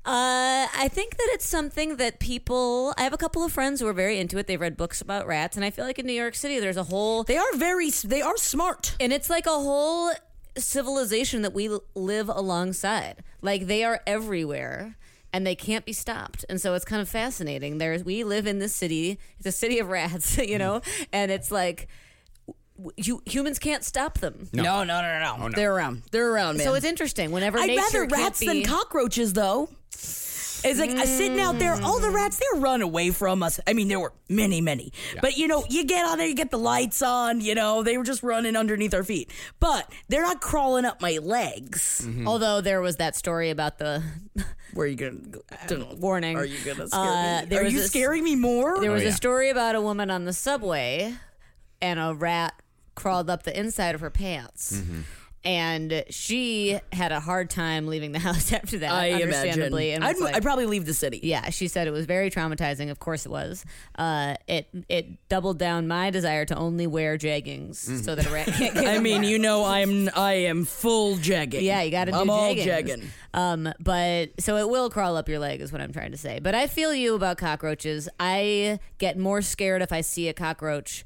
[SPEAKER 1] I think that it's something that people. I have a couple of friends who are very into it. They've read books about rats, and I feel like in New York City, there's a whole
[SPEAKER 7] they are very. s- They are smart.
[SPEAKER 1] And it's like a whole civilization that we l- live alongside. Like they are everywhere and they can't be stopped. And so it's kind of fascinating. There's we live in this city. It's a city of rats, you know, and it's like w- you humans can't stop them.
[SPEAKER 7] No, no, no, no, no. They're around. They're around, man.
[SPEAKER 1] So it's interesting. Whenever
[SPEAKER 7] I'd
[SPEAKER 1] nature
[SPEAKER 7] rather
[SPEAKER 1] can't
[SPEAKER 7] rats
[SPEAKER 1] be-
[SPEAKER 7] than cockroaches, though. It's like uh, sitting out there, all the rats, they run away from us. I mean, there were many, many. But, you know, you get on there, you get the lights on, you know, they were just running underneath our feet. But they're not crawling up my legs.
[SPEAKER 1] Although there was that story about the
[SPEAKER 7] Where are you going to.
[SPEAKER 1] warning.
[SPEAKER 7] Are you going to scare
[SPEAKER 1] Uh,
[SPEAKER 7] me?
[SPEAKER 1] there
[SPEAKER 7] Are
[SPEAKER 1] was
[SPEAKER 7] you
[SPEAKER 1] this-
[SPEAKER 7] scaring me more?
[SPEAKER 1] There was
[SPEAKER 8] yeah.
[SPEAKER 1] a story about a woman on the subway and a rat crawled up the inside of her pants. And she had a hard time leaving the house after that,
[SPEAKER 7] I imagine.
[SPEAKER 1] understandably. And was
[SPEAKER 7] I'd,
[SPEAKER 1] like-
[SPEAKER 7] I'd probably leave the city.
[SPEAKER 1] yeah, she said it was very traumatizing. Of course it was. Uh, it it doubled down my desire to only wear jeggings so that a rat can't get
[SPEAKER 7] I
[SPEAKER 1] in
[SPEAKER 7] mean,
[SPEAKER 1] there.
[SPEAKER 7] you know, I'm I am full jegging.
[SPEAKER 1] Yeah, you got to do
[SPEAKER 7] I'm all
[SPEAKER 1] jeggings.
[SPEAKER 7] jegging.
[SPEAKER 1] Um, but so it will crawl up your leg is what I'm trying to say. But I feel you about cockroaches. I get more scared if I see a cockroach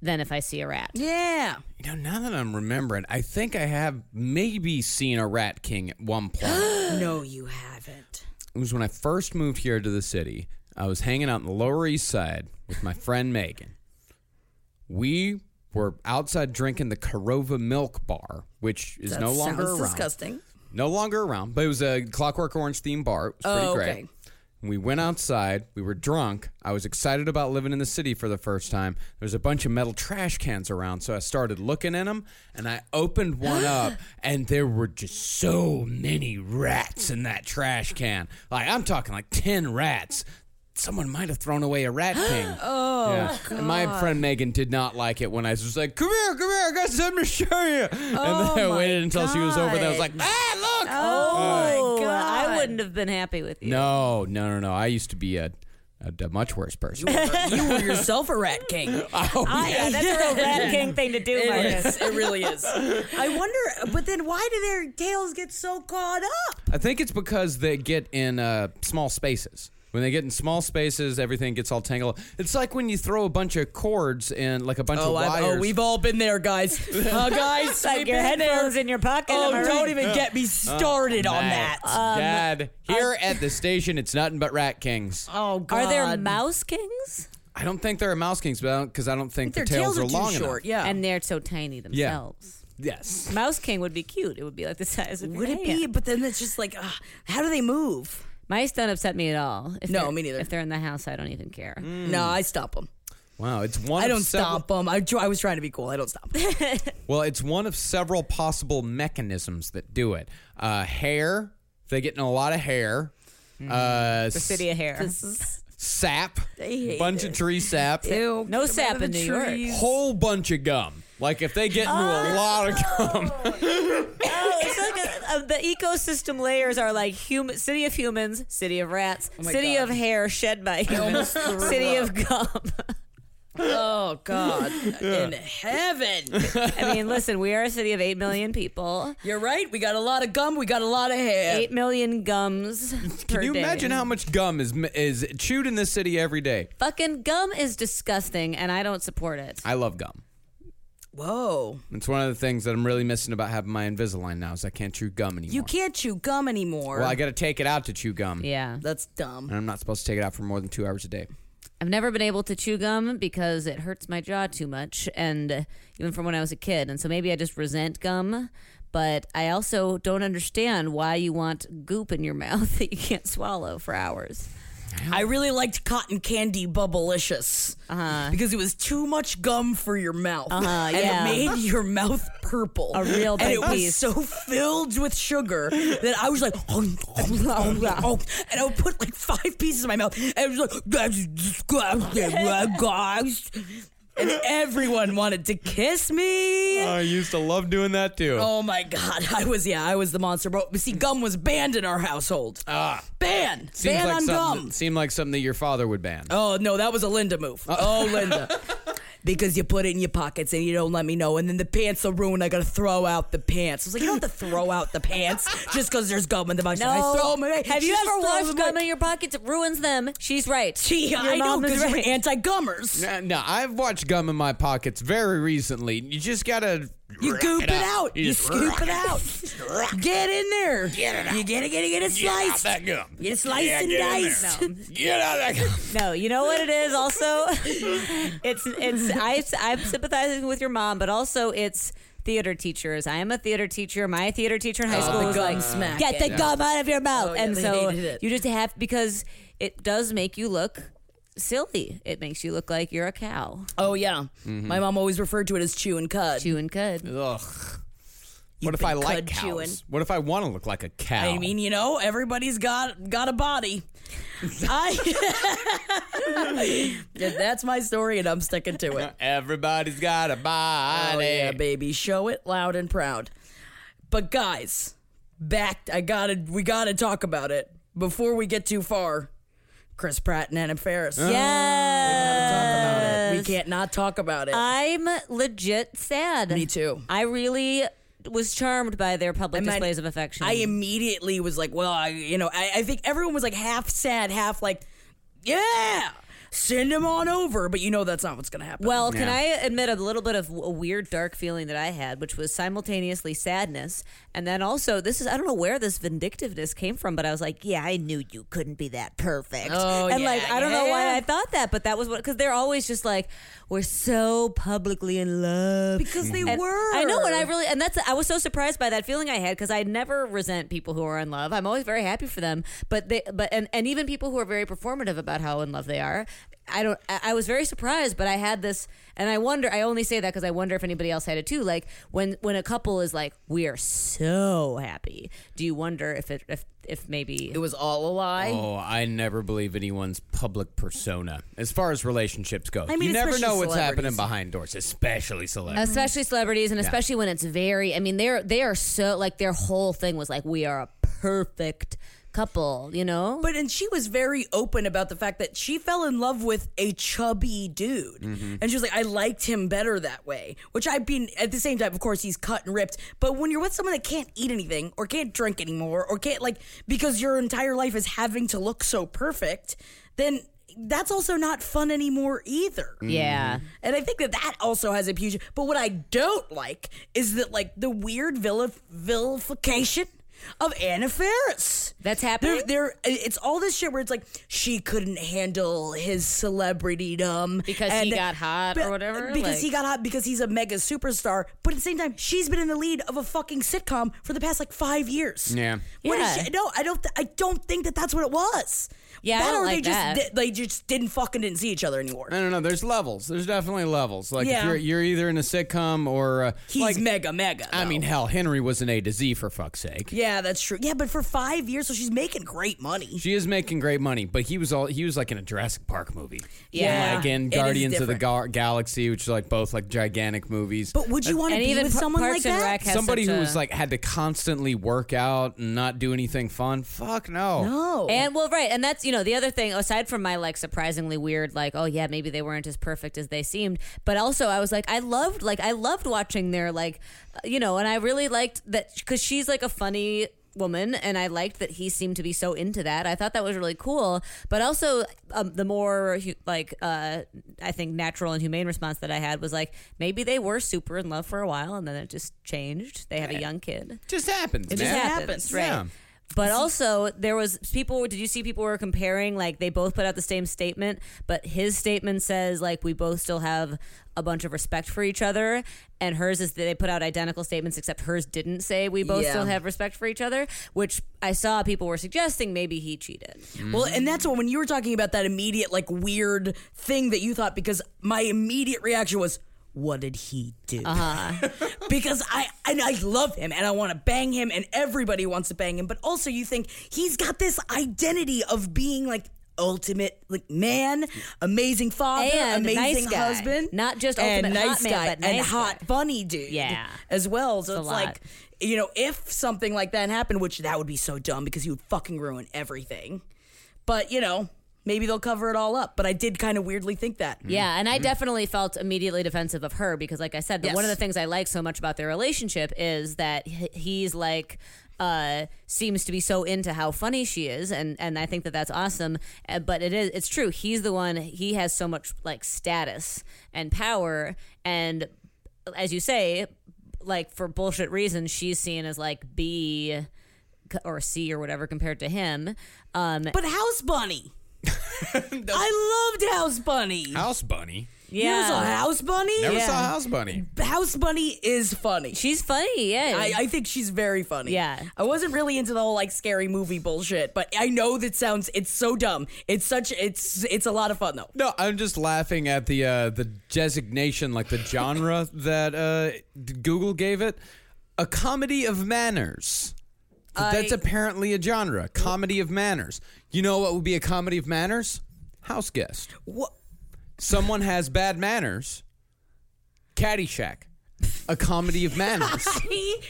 [SPEAKER 1] than if I see a rat.
[SPEAKER 7] Yeah.
[SPEAKER 8] You know, now that I'm remembering, I think I have maybe seen a rat king at one point.
[SPEAKER 7] No, you haven't.
[SPEAKER 8] it was when I first moved here to the city. I was hanging out in the Lower East Side with my friend Megan. We were outside drinking the Corova Milk Bar, which is no longer
[SPEAKER 7] sounds
[SPEAKER 8] around.
[SPEAKER 7] disgusting.
[SPEAKER 8] No longer around, but it was a Clockwork Orange themed bar. It was pretty
[SPEAKER 7] Oh,
[SPEAKER 8] great.
[SPEAKER 7] okay.
[SPEAKER 8] We went outside. We were drunk. I was excited about living in the city for the first time. There was a bunch of metal trash cans around, so I started looking in them and I opened one up, and there were just so many rats in that trash can. Like, I'm talking like 10 rats. Someone might have thrown away a rat king. oh, And my friend Megan did not like it when I was just like, "Come here, come here! I got something to show you."
[SPEAKER 7] Oh,
[SPEAKER 8] and then I waited until she was over there. I was like, "Ah, look!"
[SPEAKER 1] Oh, I wouldn't have been happy with you.
[SPEAKER 8] No, no, no, no. I used to be a, a, a much worse person.
[SPEAKER 7] You were yourself a rat king.
[SPEAKER 8] oh,
[SPEAKER 1] Yeah, that's a real rat king thing to do,
[SPEAKER 7] It
[SPEAKER 1] Marcus.
[SPEAKER 7] is. It really is. I wonder, but then why do their tails get so caught up?
[SPEAKER 8] I think it's because they get in uh, small spaces. When they get in small spaces, everything gets all tangled. It's like when you throw a bunch of cords and like a bunch of
[SPEAKER 7] Oh,
[SPEAKER 8] wires.
[SPEAKER 7] I've, oh, we've all been there, guys. Uh, guys,
[SPEAKER 1] like
[SPEAKER 7] we've
[SPEAKER 1] your
[SPEAKER 7] been
[SPEAKER 1] headphones
[SPEAKER 7] there.
[SPEAKER 1] in your pocket,
[SPEAKER 7] Oh,
[SPEAKER 1] am I
[SPEAKER 7] don't
[SPEAKER 1] right?
[SPEAKER 7] even get me started on that. Um,
[SPEAKER 8] Dad, here at the station, it's nothing but rat kings.
[SPEAKER 7] oh, God.
[SPEAKER 1] Are there mouse kings?
[SPEAKER 8] I don't think there are mouse kings, but because I, don't think
[SPEAKER 7] Their
[SPEAKER 8] the
[SPEAKER 7] tails,
[SPEAKER 8] tails,
[SPEAKER 7] are,
[SPEAKER 8] long
[SPEAKER 7] too
[SPEAKER 8] enough.
[SPEAKER 7] short. Yeah.
[SPEAKER 1] And they're so tiny themselves.
[SPEAKER 8] Yes.
[SPEAKER 1] Mouse king would be cute. It would be like the size of
[SPEAKER 7] would
[SPEAKER 1] your
[SPEAKER 7] it be?
[SPEAKER 1] hand.
[SPEAKER 7] But then it's just like, ah, how do they move?
[SPEAKER 1] Mice don't upset me at all. If
[SPEAKER 7] No,
[SPEAKER 1] they're-
[SPEAKER 7] me neither. Mm.
[SPEAKER 1] If they're in the house, I don't even care.
[SPEAKER 7] No, I stop them.
[SPEAKER 8] Wow, it's one.
[SPEAKER 7] I
[SPEAKER 8] of
[SPEAKER 7] don't
[SPEAKER 8] several-
[SPEAKER 7] stop them. I, tr- I was trying to be cool. I don't stop.
[SPEAKER 8] Well, it's one of several possible mechanisms that do it. Uh, hair, they get in a lot of hair. Uh,
[SPEAKER 1] The city of hair.
[SPEAKER 8] sap, bunch of tree sap,
[SPEAKER 1] No sap in New York.
[SPEAKER 8] whole bunch of gum. Like if they get into a lot of gum,
[SPEAKER 1] Oh, it's like a, uh, the ecosystem layers are like human, city of humans, city of rats,
[SPEAKER 7] Oh
[SPEAKER 1] city of hair shed by humans, city of gum.
[SPEAKER 7] Oh God, in heaven!
[SPEAKER 1] I mean, listen, we are a city of eight million people,
[SPEAKER 7] You're right. We got a lot of gum. We got a lot of hair.
[SPEAKER 1] eight million gums.
[SPEAKER 8] can you imagine how much gum is is chewed in this city every day?
[SPEAKER 1] fucking gum is disgusting, and I don't support it.
[SPEAKER 8] I love gum.
[SPEAKER 7] Whoa!
[SPEAKER 8] It's one of the things that I'm really missing about having my Invisalign now is I can't chew gum anymore.
[SPEAKER 7] You can't chew gum anymore.
[SPEAKER 8] Well, I got to take it out to chew gum.
[SPEAKER 1] Yeah,
[SPEAKER 7] That's dumb.
[SPEAKER 8] And I'm not supposed to take it out for more than two hours a day.
[SPEAKER 1] I've never been able to chew gum because it hurts my jaw too much, and uh, even from when I was a kid, and so maybe I just resent gum. But I also don't understand why you want goop in your mouth that you can't swallow for hours.
[SPEAKER 7] I really liked cotton candy bubblicious uh-huh. because it was too much gum for your mouth, uh-huh, and
[SPEAKER 1] yeah.
[SPEAKER 7] it made your mouth purple.
[SPEAKER 1] A real
[SPEAKER 7] and
[SPEAKER 1] big
[SPEAKER 7] it was
[SPEAKER 1] piece.
[SPEAKER 7] so filled with sugar that I was like, oh, and I would put like five pieces in my mouth, and it was like, that's disgusting, guys. And everyone wanted to kiss me.
[SPEAKER 8] Oh, I used to love doing that too.
[SPEAKER 7] Oh my god, I was yeah, I was the monster. But see, gum was banned in our household. Ah, ban, ban on
[SPEAKER 8] something
[SPEAKER 7] gum.
[SPEAKER 8] That, seemed like something that your father would ban.
[SPEAKER 7] oh no, that was a Linda move. Oh Linda, because you put it in your pockets and you don't let me know, and then the pants are ruined. I gotta throw out the pants. I was like, you don't have to throw out the pants just because there's gum in the box. I throw 'em away.
[SPEAKER 1] Have you
[SPEAKER 7] Just
[SPEAKER 1] ever
[SPEAKER 7] throw
[SPEAKER 1] washed
[SPEAKER 7] them
[SPEAKER 1] gum
[SPEAKER 7] away.
[SPEAKER 1] in your pockets? It ruins them. She's right.
[SPEAKER 7] Gee,
[SPEAKER 1] Your
[SPEAKER 7] I know
[SPEAKER 1] mom is
[SPEAKER 7] because
[SPEAKER 1] right.
[SPEAKER 7] you're anti-gummers.
[SPEAKER 8] Uh, No, I've watched gum in my pockets very recently. You just gotta
[SPEAKER 7] You goop it, out. You,
[SPEAKER 8] just
[SPEAKER 7] scoop it out. Get in there. Get it out. You gotta get it, get it sliced.
[SPEAKER 8] that gum.
[SPEAKER 7] Get it sliced and diced.
[SPEAKER 8] Get out that gum.
[SPEAKER 1] No, you know what it is. Also, it's it's I, I'm sympathizing with your mom, but also it's theater teachers. I am a theater teacher. My theater teacher in high
[SPEAKER 7] Oh,
[SPEAKER 1] school
[SPEAKER 7] the
[SPEAKER 1] was
[SPEAKER 7] gum
[SPEAKER 1] like,
[SPEAKER 7] smack
[SPEAKER 1] "Get the
[SPEAKER 7] it.
[SPEAKER 1] gum out of your mouth,"
[SPEAKER 7] Oh, yeah,
[SPEAKER 1] and
[SPEAKER 7] they
[SPEAKER 1] so
[SPEAKER 7] hated it.
[SPEAKER 1] you just have because it does make you look silly. It makes you look like you're a cow.
[SPEAKER 7] Oh yeah,
[SPEAKER 1] Mm-hmm.
[SPEAKER 7] my mom always referred to it as chew and cud.
[SPEAKER 1] Chew and cud.
[SPEAKER 8] Ugh. What if I
[SPEAKER 7] been
[SPEAKER 8] like
[SPEAKER 7] cud
[SPEAKER 8] cows?
[SPEAKER 7] chewing.
[SPEAKER 8] What if I want to look like a cow?
[SPEAKER 7] I mean, you know, everybody's got got a body. I. Yeah, that's my story, and I'm sticking to it.
[SPEAKER 8] everybody's got a body.
[SPEAKER 7] Oh yeah, baby, show it loud and proud. But guys, back I gotta we gotta talk about it before we get too far. Chris Pratt and Anna Faris.
[SPEAKER 1] Yes.
[SPEAKER 7] We can't not talk about it.
[SPEAKER 1] I'm legit sad.
[SPEAKER 7] Me too.
[SPEAKER 1] I really was charmed by their public
[SPEAKER 7] mean,
[SPEAKER 1] displays of affection.
[SPEAKER 7] I immediately was like, well, I, you know, I, I think everyone was like half sad, half like, yeah, send him on over. But you know, that's not what's going to happen.
[SPEAKER 1] Well, can I admit a little bit of a weird, dark feeling that I had, which was simultaneously sadness, and then also this is—I don't know where this vindictiveness came from, but I was like, "Yeah, I knew you couldn't be that perfect,"
[SPEAKER 7] Oh,
[SPEAKER 1] and
[SPEAKER 7] yeah,
[SPEAKER 1] like I don't know why
[SPEAKER 7] yeah.
[SPEAKER 1] I thought that, but that was what because they're always just like we're so publicly in love
[SPEAKER 7] Because they
[SPEAKER 1] And
[SPEAKER 7] were.
[SPEAKER 1] I know, and I really and that's I was so surprised by that feeling I had because I never resent people who are in love. I'm always very happy for them, but they but and and even people who are very performative about how in love they are. I don't. I I was very surprised, but I had this, and I wonder. I only say that because I wonder if anybody else had it too. Like when when a couple is like, "We are so happy." Do you wonder if it if if maybe
[SPEAKER 7] It was all a lie.
[SPEAKER 8] Oh, I never believe anyone's public persona as far as relationships go.
[SPEAKER 7] I mean,
[SPEAKER 8] you never
[SPEAKER 7] especially
[SPEAKER 8] know what's happening
[SPEAKER 7] celebrities.
[SPEAKER 8] behind doors, especially celebrities.
[SPEAKER 1] especially celebrities and especially when it's very i mean they're they are so like their whole thing was like we are a perfect couple you know
[SPEAKER 7] But and she was very open about the fact that she fell in love with a chubby dude, and she was like, "I liked him better that way." Which I've been at the same time, of course, he's cut and ripped. But when you're with someone that can't eat anything or can't drink anymore or can't like because your entire life is having to look so perfect, then that's also not fun anymore either.
[SPEAKER 1] yeah
[SPEAKER 7] And I think that that also has a huge. But what I don't like is that like the weird vilif- vilification of Anna Faris.
[SPEAKER 1] That's happening?
[SPEAKER 7] There, it's all this shit where it's like she couldn't handle his celebrity dumb
[SPEAKER 1] Because he got hot or whatever,
[SPEAKER 7] Because he
[SPEAKER 1] like-
[SPEAKER 7] got hot because he's a mega superstar. But at the same time, she's been in the lead of a fucking sitcom for the past like five years.
[SPEAKER 8] Yeah.
[SPEAKER 7] What is
[SPEAKER 1] Yeah.
[SPEAKER 7] she, no, I don't. Th- I don't think that that's what it was.
[SPEAKER 1] Yeah, I
[SPEAKER 7] that
[SPEAKER 1] don't
[SPEAKER 7] or they
[SPEAKER 1] like
[SPEAKER 7] just
[SPEAKER 1] that.
[SPEAKER 7] di- they just didn't fucking didn't see each other anymore.
[SPEAKER 8] I don't know. There's levels. There's definitely levels. Like if
[SPEAKER 7] Yeah.
[SPEAKER 8] you're you're either in a sitcom or uh,
[SPEAKER 7] He's
[SPEAKER 8] like,
[SPEAKER 7] mega mega.
[SPEAKER 8] I
[SPEAKER 7] though.
[SPEAKER 8] mean, hell, Henry was an A to Z for fuck's sake.
[SPEAKER 7] Yeah, that's true. Yeah, but for five years, so she's making great money.
[SPEAKER 8] She is making great money, but he was all he was like in a Jurassic Park movie.
[SPEAKER 7] Yeah.
[SPEAKER 8] and like in
[SPEAKER 7] It is
[SPEAKER 8] Guardians of the
[SPEAKER 7] different.
[SPEAKER 8] Ga- Galaxy, which are like both like gigantic movies.
[SPEAKER 7] But would you want to
[SPEAKER 1] and
[SPEAKER 7] be
[SPEAKER 1] even
[SPEAKER 7] with
[SPEAKER 1] Pa-
[SPEAKER 7] someone
[SPEAKER 1] Parks
[SPEAKER 7] like
[SPEAKER 1] and
[SPEAKER 7] that?
[SPEAKER 1] Rec has
[SPEAKER 8] somebody
[SPEAKER 1] such
[SPEAKER 8] who
[SPEAKER 1] a-
[SPEAKER 8] was like had to constantly work out and not do anything fun. Fuck no.
[SPEAKER 7] no.
[SPEAKER 1] and well right and that's you know the other thing aside from my like surprisingly weird like oh yeah maybe they weren't as perfect as they seemed but also i was like i loved like i loved watching their like uh, you know and i really liked that because she's like a funny woman and i liked that he seemed to be so into that i thought that was really cool but also um, the more hu- like uh i think natural and humane response that i had was like maybe they were super in love for a while and then it just changed they have a young kid
[SPEAKER 8] Just happens. It
[SPEAKER 1] just
[SPEAKER 8] man.
[SPEAKER 1] happens, right?
[SPEAKER 8] Yeah.
[SPEAKER 1] But also, there was people. Did you see people were comparing? Like they both put out the same statement, but his statement says like we both still have a bunch of respect for each other, and hers is that they put out identical statements, except hers didn't say we both
[SPEAKER 7] Yeah.
[SPEAKER 1] still have respect for each other, which I saw people were suggesting maybe he cheated.
[SPEAKER 7] well, and that's what when you were talking about that immediate like weird thing that you thought because my immediate reaction was, "What did he do?" Uh-huh. because I and I love him and I want to bang him and everybody wants to bang him, but also you think he's got this identity of being like ultimate like man, amazing father,
[SPEAKER 1] And
[SPEAKER 7] amazing
[SPEAKER 1] nice guy.
[SPEAKER 7] husband,
[SPEAKER 1] Not just
[SPEAKER 7] and
[SPEAKER 1] ultimate hot
[SPEAKER 7] nice
[SPEAKER 1] man,
[SPEAKER 7] guy
[SPEAKER 1] but
[SPEAKER 7] and
[SPEAKER 1] nice
[SPEAKER 7] hot
[SPEAKER 1] guy.
[SPEAKER 7] funny dude,
[SPEAKER 1] Yeah.
[SPEAKER 7] as well. So
[SPEAKER 1] It's a
[SPEAKER 7] it's,
[SPEAKER 1] lot.
[SPEAKER 7] like you know, if something like that happened, which that would be so dumb because he would fucking ruin everything. But you know, maybe they'll cover it all up. But I did kind of weirdly think that.
[SPEAKER 1] Yeah, and I definitely felt immediately defensive of her because, like I said, the, one of
[SPEAKER 7] Yes.
[SPEAKER 1] the things I like so much about their relationship is that h- he's like. Uh, seems to be so into how funny she is, and and I think that that's awesome. Uh, but it is, it's true. He's the one. He has so much like status and power, and as you say, like for bullshit reasons, she's seen as like B c- or C or whatever compared to him. Um,
[SPEAKER 7] But House Bunny, I loved House Bunny.
[SPEAKER 8] House bunny.
[SPEAKER 7] You
[SPEAKER 1] Yeah.
[SPEAKER 7] never saw House Bunny?
[SPEAKER 8] Never saw House Bunny.
[SPEAKER 7] House Bunny is funny.
[SPEAKER 1] She's funny, yeah.
[SPEAKER 7] I, I think she's very funny.
[SPEAKER 1] Yeah.
[SPEAKER 7] I wasn't really into the whole like scary movie bullshit, but I know that sounds it's so dumb. It's such it's it's a lot of fun though.
[SPEAKER 8] No, I'm just laughing at the uh, the designation, like the genre that uh, Google gave it. A comedy of manners. That's
[SPEAKER 7] I-
[SPEAKER 8] apparently a genre. Comedy of manners. You know what would be a comedy of manners? House guest.
[SPEAKER 7] What?
[SPEAKER 8] Someone has bad manners. Caddyshack. A comedy of manners.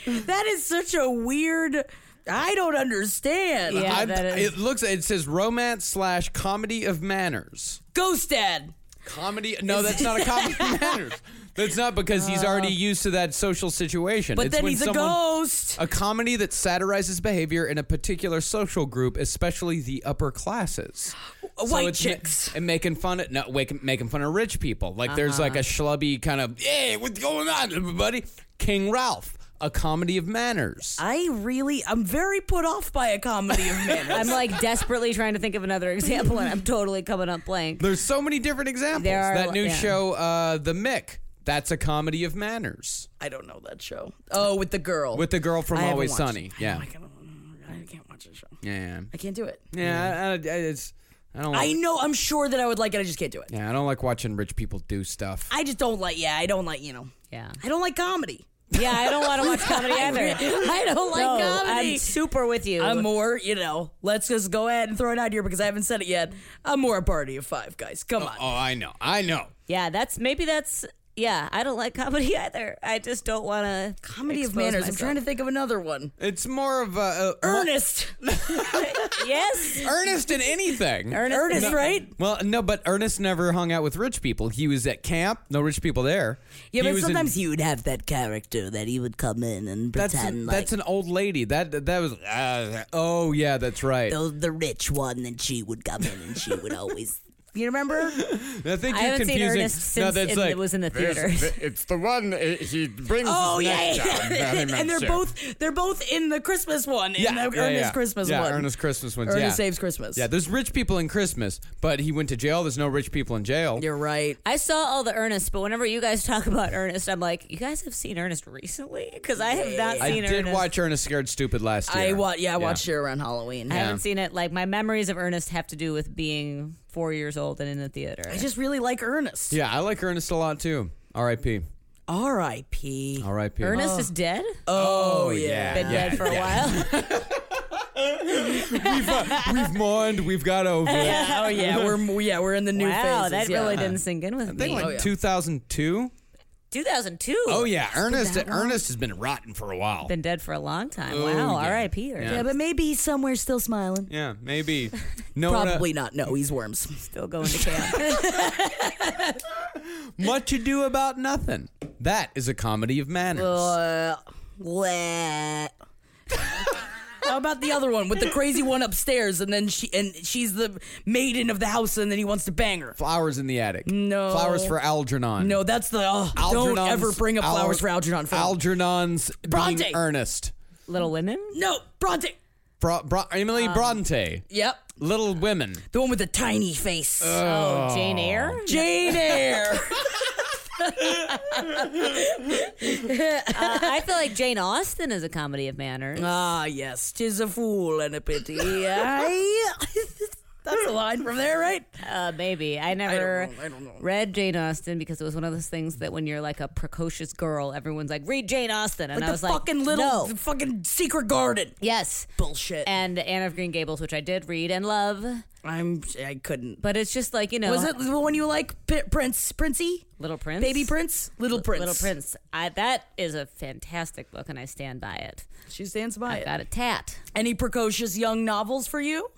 [SPEAKER 7] that is such a weird I don't understand.
[SPEAKER 1] Yeah.
[SPEAKER 8] I-
[SPEAKER 1] that is-
[SPEAKER 8] It looks. It says romance slash comedy of manners.
[SPEAKER 7] Ghost Dad.
[SPEAKER 8] Comedy? No, that's not a comedy of manners. That's not because he's already used to that social situation.
[SPEAKER 7] Uh. But
[SPEAKER 8] It's
[SPEAKER 7] then
[SPEAKER 8] when
[SPEAKER 7] he's
[SPEAKER 8] someone-
[SPEAKER 7] a ghost.
[SPEAKER 8] A comedy that satirizes behavior in a particular social group, especially the upper classes.
[SPEAKER 7] White
[SPEAKER 8] it's
[SPEAKER 7] chicks.
[SPEAKER 8] and making fun of no, wak- making fun of rich people. Like there's like a
[SPEAKER 7] Uh-huh.
[SPEAKER 8] schlubby kind of hey, what's going on, everybody? King Ralph, a comedy of manners.
[SPEAKER 7] I really I'm very put off by a comedy of manners.
[SPEAKER 1] I'm like desperately trying to think of another example, and I'm totally coming up
[SPEAKER 7] Um,
[SPEAKER 1] blank.
[SPEAKER 8] There's so many different examples.
[SPEAKER 1] There are
[SPEAKER 8] that
[SPEAKER 1] lo-
[SPEAKER 8] new
[SPEAKER 1] yeah.
[SPEAKER 8] show, uh, The Mick, that's a comedy of manners
[SPEAKER 7] I don't know that show. Oh, with the girl.
[SPEAKER 8] with the girl from
[SPEAKER 7] I haven't
[SPEAKER 8] Always
[SPEAKER 7] watched
[SPEAKER 8] Sunny.
[SPEAKER 7] it. I
[SPEAKER 8] Yeah.
[SPEAKER 7] know, I, can't, I can't watch the show.
[SPEAKER 8] yeah,
[SPEAKER 7] I can't do it.
[SPEAKER 8] yeah, I, I, it's, I don't.
[SPEAKER 7] I
[SPEAKER 8] Like,
[SPEAKER 7] know I'm sure that I would like it. I just can't do it.
[SPEAKER 8] yeah, I don't like watching rich people do stuff.
[SPEAKER 7] I just don't like. Yeah, I don't like. You know.
[SPEAKER 1] Yeah.
[SPEAKER 7] I don't like comedy.
[SPEAKER 1] Yeah, I don't want to watch comedy either.
[SPEAKER 7] I don't like
[SPEAKER 1] No,
[SPEAKER 7] comedy.
[SPEAKER 1] I'm super with you.
[SPEAKER 7] I'm more, you know, let's just go ahead and throw it out here because I haven't said it yet. I'm more a party of five, guys. Come on.
[SPEAKER 8] oh, I know, I know.
[SPEAKER 1] yeah, that's maybe that's yeah. I don't like comedy either. I just don't want to
[SPEAKER 7] comedy of manners. I'm trying to think of another one.
[SPEAKER 8] It's more of a, a
[SPEAKER 7] Ernest.
[SPEAKER 1] yes.
[SPEAKER 8] Ernest in anything.
[SPEAKER 7] Ernest, right?
[SPEAKER 8] Well, no, but Ernest never hung out with rich people. He was at camp, no rich people there.
[SPEAKER 7] Yeah,
[SPEAKER 8] He
[SPEAKER 7] but
[SPEAKER 8] was in-
[SPEAKER 7] sometimes he would have that character that he would come in and
[SPEAKER 8] that's
[SPEAKER 7] pretend like
[SPEAKER 8] that's an old lady. That that was. Uh, oh yeah, that's right.
[SPEAKER 7] the, the rich one, and she would come in and she would always. You remember?
[SPEAKER 8] I think
[SPEAKER 1] I
[SPEAKER 8] you're
[SPEAKER 1] haven't seen
[SPEAKER 8] confusing.
[SPEAKER 1] Ernest since
[SPEAKER 8] no, that's
[SPEAKER 1] it,
[SPEAKER 8] like,
[SPEAKER 1] it was in the theater.
[SPEAKER 9] It's the one uh, he brings
[SPEAKER 7] Oh
[SPEAKER 9] his
[SPEAKER 7] yeah,
[SPEAKER 9] neck down. that I
[SPEAKER 7] and, they're
[SPEAKER 9] mentioned.
[SPEAKER 7] both they're both in the Christmas one, in
[SPEAKER 8] Yeah,
[SPEAKER 7] the
[SPEAKER 8] yeah,
[SPEAKER 7] Ernest
[SPEAKER 8] yeah.
[SPEAKER 7] Christmas
[SPEAKER 8] Yeah,
[SPEAKER 7] one.
[SPEAKER 8] Ernest Christmas ones,
[SPEAKER 7] Ernest
[SPEAKER 8] yeah.
[SPEAKER 7] Saves Christmas.
[SPEAKER 8] yeah, there's rich people in Christmas, but he went to jail. There's no rich people in jail.
[SPEAKER 7] you're right.
[SPEAKER 1] I saw all the Ernest, but whenever you guys talk about Ernest, I'm like, you guys have seen Ernest recently? Because I have not
[SPEAKER 8] I
[SPEAKER 1] seen
[SPEAKER 8] did
[SPEAKER 1] Ernest.
[SPEAKER 8] watch Ernest Scared Stupid last year.
[SPEAKER 7] I wa- yeah, I watched it around Halloween.
[SPEAKER 1] I haven't seen it. Like my memories of Ernest have to do with being four years old and in the theater.
[SPEAKER 7] I just really like Ernest.
[SPEAKER 8] Yeah, I like Ernest a lot too. R.I.P.
[SPEAKER 7] R.I.P.
[SPEAKER 8] R.I.P.
[SPEAKER 1] Ernest is dead.
[SPEAKER 7] Oh, yeah.
[SPEAKER 1] Been dead for a while.
[SPEAKER 8] we've, uh, we've mourned. We've got over it.
[SPEAKER 7] Yeah, oh yeah, we're yeah we're in the new
[SPEAKER 1] wow,
[SPEAKER 7] phases.
[SPEAKER 1] that
[SPEAKER 7] yeah.
[SPEAKER 1] really didn't sink in with me.
[SPEAKER 8] think like
[SPEAKER 7] Oh, yeah.
[SPEAKER 8] 2002.
[SPEAKER 1] 2002.
[SPEAKER 8] Oh yeah, Ernest. Ernest has been rotten for a while. Oh,
[SPEAKER 1] Been dead for a long time.
[SPEAKER 7] Oh,
[SPEAKER 1] wow, R.I.P. Ernest.
[SPEAKER 7] Yeah, but maybe he's somewhere still smiling.
[SPEAKER 8] yeah, maybe. No,
[SPEAKER 7] Probably not. No, he's worms.
[SPEAKER 1] Still going to camp.
[SPEAKER 8] Much ado about nothing. That is a comedy of manners.
[SPEAKER 7] Bleh. How about the other one with the crazy one upstairs, and then she and she's the maiden of the house, and then he wants to bang her.
[SPEAKER 8] Flowers in the attic.
[SPEAKER 7] No.
[SPEAKER 8] Flowers for Algernon.
[SPEAKER 7] No, that's the. Oh, don't
[SPEAKER 8] Algernon's-
[SPEAKER 7] ever bring up flowers
[SPEAKER 8] Al-
[SPEAKER 7] for Algernon. Film.
[SPEAKER 8] Algernon's
[SPEAKER 7] Bronte.
[SPEAKER 8] being Ernest.
[SPEAKER 1] Little Women.
[SPEAKER 7] no, Bronte.
[SPEAKER 8] Bro- Bro- Emily
[SPEAKER 7] Um,
[SPEAKER 8] Bronte.
[SPEAKER 7] Yep,
[SPEAKER 8] Little Women.
[SPEAKER 7] the one with the tiny face.
[SPEAKER 1] Oh, Jane Eyre.
[SPEAKER 7] Jane Eyre.
[SPEAKER 1] Uh, I feel like Jane Austen is a comedy of manners.
[SPEAKER 7] ah, yes, tis a fool and a pity. I... That's a line from there, right?
[SPEAKER 1] Uh, maybe I never
[SPEAKER 7] know, I don't know.
[SPEAKER 1] read Jane Austen because it was one of those things that when you're like a precocious girl, everyone's like, "Read Jane Austen," and
[SPEAKER 7] Like
[SPEAKER 1] I
[SPEAKER 7] the
[SPEAKER 1] was
[SPEAKER 7] fucking
[SPEAKER 1] like,
[SPEAKER 7] little
[SPEAKER 1] "No,
[SPEAKER 7] the fucking secret garden.
[SPEAKER 1] yes."
[SPEAKER 7] Bullshit.
[SPEAKER 1] And Anne of Green Gables, which I did read and love,
[SPEAKER 7] I'm. I couldn't.
[SPEAKER 1] but it's just like you know,
[SPEAKER 7] Was it the one you like, P- Prince, Princey,
[SPEAKER 1] Little Prince,
[SPEAKER 7] Baby Prince, Little Prince,
[SPEAKER 1] Little Prince? I, that is a fantastic book, and I stand by it.
[SPEAKER 7] She stands by
[SPEAKER 1] I
[SPEAKER 7] it.
[SPEAKER 1] got a tat,
[SPEAKER 7] Any precocious young novels for you?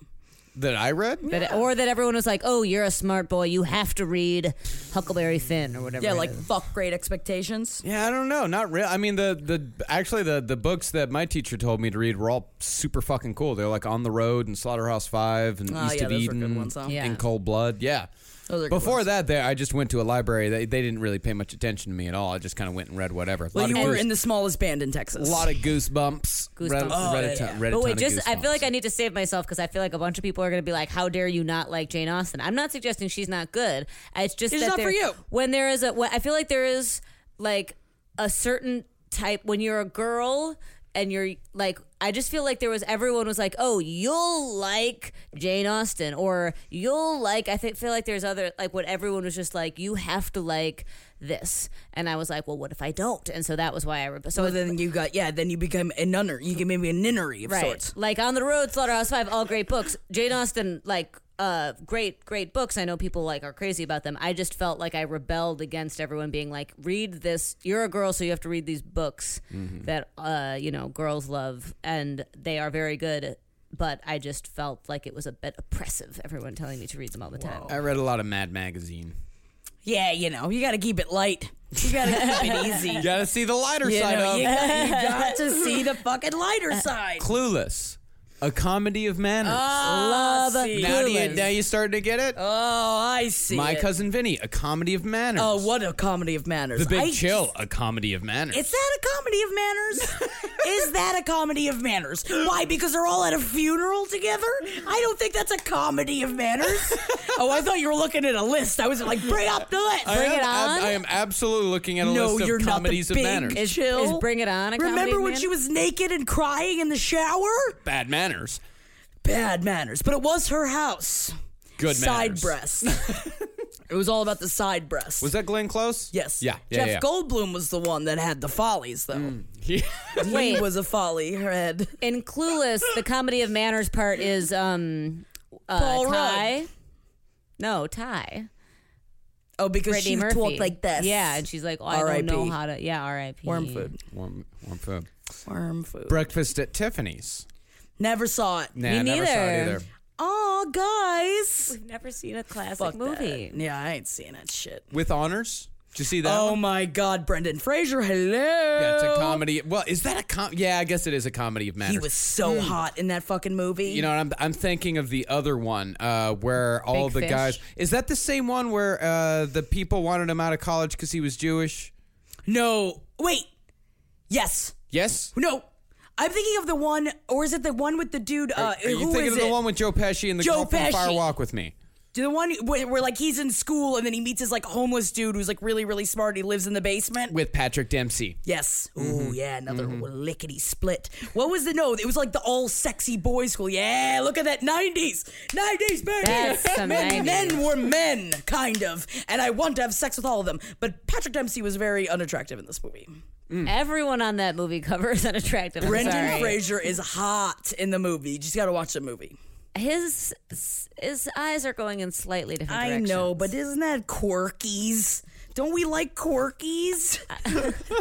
[SPEAKER 8] That I read.
[SPEAKER 1] but or that everyone was like, "Oh, you're a smart boy. You have to read Huckleberry Finn or whatever."
[SPEAKER 7] Yeah,
[SPEAKER 1] it
[SPEAKER 7] like
[SPEAKER 1] is.
[SPEAKER 7] fuck Great Expectations.
[SPEAKER 8] Yeah, I don't know. Not real. I mean, the the actually the the books that my teacher told me to read were all super fucking cool. They're like On the Road and Slaughterhouse Five and
[SPEAKER 7] Oh,
[SPEAKER 8] East
[SPEAKER 7] yeah,
[SPEAKER 8] of
[SPEAKER 7] those were good
[SPEAKER 8] Eden
[SPEAKER 7] ones, huh?
[SPEAKER 1] Yeah.
[SPEAKER 8] and Cold Blood. Yeah.
[SPEAKER 7] Those are good
[SPEAKER 8] Before
[SPEAKER 7] ones.
[SPEAKER 8] that, they, I just went to a library. They, they didn't really pay much attention to me at all. I just kind of went and read whatever.
[SPEAKER 7] Well,
[SPEAKER 8] Lot
[SPEAKER 7] you
[SPEAKER 8] of
[SPEAKER 7] were
[SPEAKER 8] goose-
[SPEAKER 7] in the smallest band in Texas.
[SPEAKER 8] lot of goosebumps.
[SPEAKER 1] Goosebumps.
[SPEAKER 8] Read, read a ton, read a
[SPEAKER 1] but
[SPEAKER 8] ton
[SPEAKER 1] wait,
[SPEAKER 8] of
[SPEAKER 1] just I
[SPEAKER 8] Goosebumps.
[SPEAKER 1] feel like I need to save myself because I feel like a bunch of people are going to be like, "How dare you not like Jane Austen?" I'm not suggesting she's not good. It's just
[SPEAKER 7] It's
[SPEAKER 1] that
[SPEAKER 7] not
[SPEAKER 1] there-
[SPEAKER 7] for you.
[SPEAKER 1] When there is a, when, I feel like there is like a certain type when you're a girl and you're like. I just feel like there was everyone was like, "Oh, you'll like Jane Austen," or "You'll like." I think feel like there's other like what everyone was just like, "You have to like this," and I was like, "Well, what if I don't?" And so that was why I. Re- so
[SPEAKER 7] So then you got yeah. Then you become a nunner. You get maybe a nunnery of
[SPEAKER 1] right.
[SPEAKER 7] sorts.
[SPEAKER 1] Like on the road, Slaughterhouse Five, all great books. Jane Austen, like uh, great, great books. I know people like are crazy about them. I just felt like I rebelled against everyone being like, read this. You're a girl, so you have to read these books
[SPEAKER 10] Mhm.
[SPEAKER 1] that uh, you know girls love, and they are very good. But I just felt like it was a bit oppressive. Everyone telling me to read them all the time.
[SPEAKER 8] I read a lot of Mad Magazine.
[SPEAKER 7] Yeah, you know, you got to keep it light. You got to keep it easy.
[SPEAKER 8] You gotta see the lighter
[SPEAKER 7] You
[SPEAKER 8] side
[SPEAKER 7] know,
[SPEAKER 8] of
[SPEAKER 7] you,
[SPEAKER 8] it.
[SPEAKER 7] got, you got to see the fucking lighter side.
[SPEAKER 8] Clueless, a comedy of manners.
[SPEAKER 7] Oh, Love see.
[SPEAKER 8] now, do you,
[SPEAKER 7] Clueless.
[SPEAKER 8] now you starting to get it? Oh,
[SPEAKER 7] I see.
[SPEAKER 8] My
[SPEAKER 7] it.
[SPEAKER 8] cousin Vinny, a comedy of manners.
[SPEAKER 7] Oh, what a comedy of manners!
[SPEAKER 8] the Big
[SPEAKER 7] I
[SPEAKER 8] Chill, a comedy of manners.
[SPEAKER 7] Is that a comedy of manners? Is that a comedy of manners? Why? Because they're all at a funeral together? I don't think that's a comedy of manners. oh, I thought you were looking at a list. I was like, bring up the list.
[SPEAKER 8] I am, ab- I am absolutely looking at a
[SPEAKER 7] no,
[SPEAKER 8] list of
[SPEAKER 7] you're not the
[SPEAKER 8] comedies
[SPEAKER 7] big
[SPEAKER 8] of manners.
[SPEAKER 7] chill.
[SPEAKER 1] is Bring It On a comedy
[SPEAKER 7] Remember
[SPEAKER 1] of
[SPEAKER 7] when
[SPEAKER 1] manners?
[SPEAKER 7] she was naked and crying in the shower?
[SPEAKER 8] Bad manners.
[SPEAKER 7] Bad manners, but it was her house.
[SPEAKER 8] Good
[SPEAKER 7] side
[SPEAKER 8] manners.
[SPEAKER 7] breast. it was all about the side breast.
[SPEAKER 8] Was that Glenn Close?
[SPEAKER 7] Yes.
[SPEAKER 8] Yeah. yeah
[SPEAKER 7] Jeff
[SPEAKER 8] yeah. Mm.
[SPEAKER 7] Goldblum was the one that had the follies, though.
[SPEAKER 8] He,
[SPEAKER 1] Wait.
[SPEAKER 7] was a folly head.
[SPEAKER 1] In Clueless, the comedy of manners part is um, uh,
[SPEAKER 7] Paul Rudd.
[SPEAKER 1] Ty. No, Ty.
[SPEAKER 7] Oh, because
[SPEAKER 1] Brittany
[SPEAKER 7] she
[SPEAKER 1] Murphy.
[SPEAKER 7] talked like this.
[SPEAKER 1] Yeah, and she's like, oh, I
[SPEAKER 7] R.I.P..
[SPEAKER 1] don't know how to. Yeah, R.I.P.
[SPEAKER 7] Worm food.
[SPEAKER 8] Warm, warm food.
[SPEAKER 7] Worm food.
[SPEAKER 8] Breakfast at Tiffany's.
[SPEAKER 7] Never saw it.
[SPEAKER 8] Nah, I never saw it either.
[SPEAKER 7] Oh, guys.
[SPEAKER 1] We've never seen a classic
[SPEAKER 7] Fuck
[SPEAKER 1] movie.
[SPEAKER 7] that. Yeah, I ain't seen that shit.
[SPEAKER 8] With honors. Did you see that?
[SPEAKER 7] oh
[SPEAKER 8] one?
[SPEAKER 7] my God, Brendan Fraser. Hello.
[SPEAKER 8] Yeah, it's a comedy. Well, is that a com? Yeah, I guess it is a comedy of manners.
[SPEAKER 7] He was so
[SPEAKER 1] Hmm.
[SPEAKER 8] Mm.
[SPEAKER 7] hot in that fucking movie.
[SPEAKER 8] You know, and I'm I'm thinking of the other one uh, where all
[SPEAKER 7] Big
[SPEAKER 8] the
[SPEAKER 7] Fish?
[SPEAKER 8] guys. Is that the same one where uh, the people wanted him out of college because he was Jewish?
[SPEAKER 7] No. Wait. Yes.
[SPEAKER 8] Yes.
[SPEAKER 7] No. I'm thinking of the one, or is it the one with the dude? Uh,
[SPEAKER 8] Are you
[SPEAKER 7] who
[SPEAKER 8] thinking
[SPEAKER 7] is
[SPEAKER 8] of the
[SPEAKER 7] it?
[SPEAKER 8] one with Joe Pesci and the
[SPEAKER 7] Joe
[SPEAKER 8] girl from
[SPEAKER 7] Pesci.
[SPEAKER 8] Fire Walk with Me?
[SPEAKER 7] Do the one where, where like he's in school and then he meets his like homeless dude who's like really really smart. He lives in the basement.
[SPEAKER 8] with Mm-hmm. Patrick Dempsey.
[SPEAKER 7] Yes. Ooh, yeah, another lickety split. What was the no? It was like the all sexy boy school. Yeah, look at that nineties, nineties baby.
[SPEAKER 1] That's some 90s.
[SPEAKER 7] men, men were men, kind of, and I want to have sex with all of them. But Patrick Dempsey was very unattractive in this movie.
[SPEAKER 1] Everyone on that movie cover is unattractive. I'm
[SPEAKER 7] Mm. Brendan
[SPEAKER 1] sorry.
[SPEAKER 7] Fraser is hot in the movie. You just got to watch the movie.
[SPEAKER 1] His his eyes are going in slightly different
[SPEAKER 7] I
[SPEAKER 1] directions.
[SPEAKER 7] know, but isn't that quirkies? Don't we like quirkies?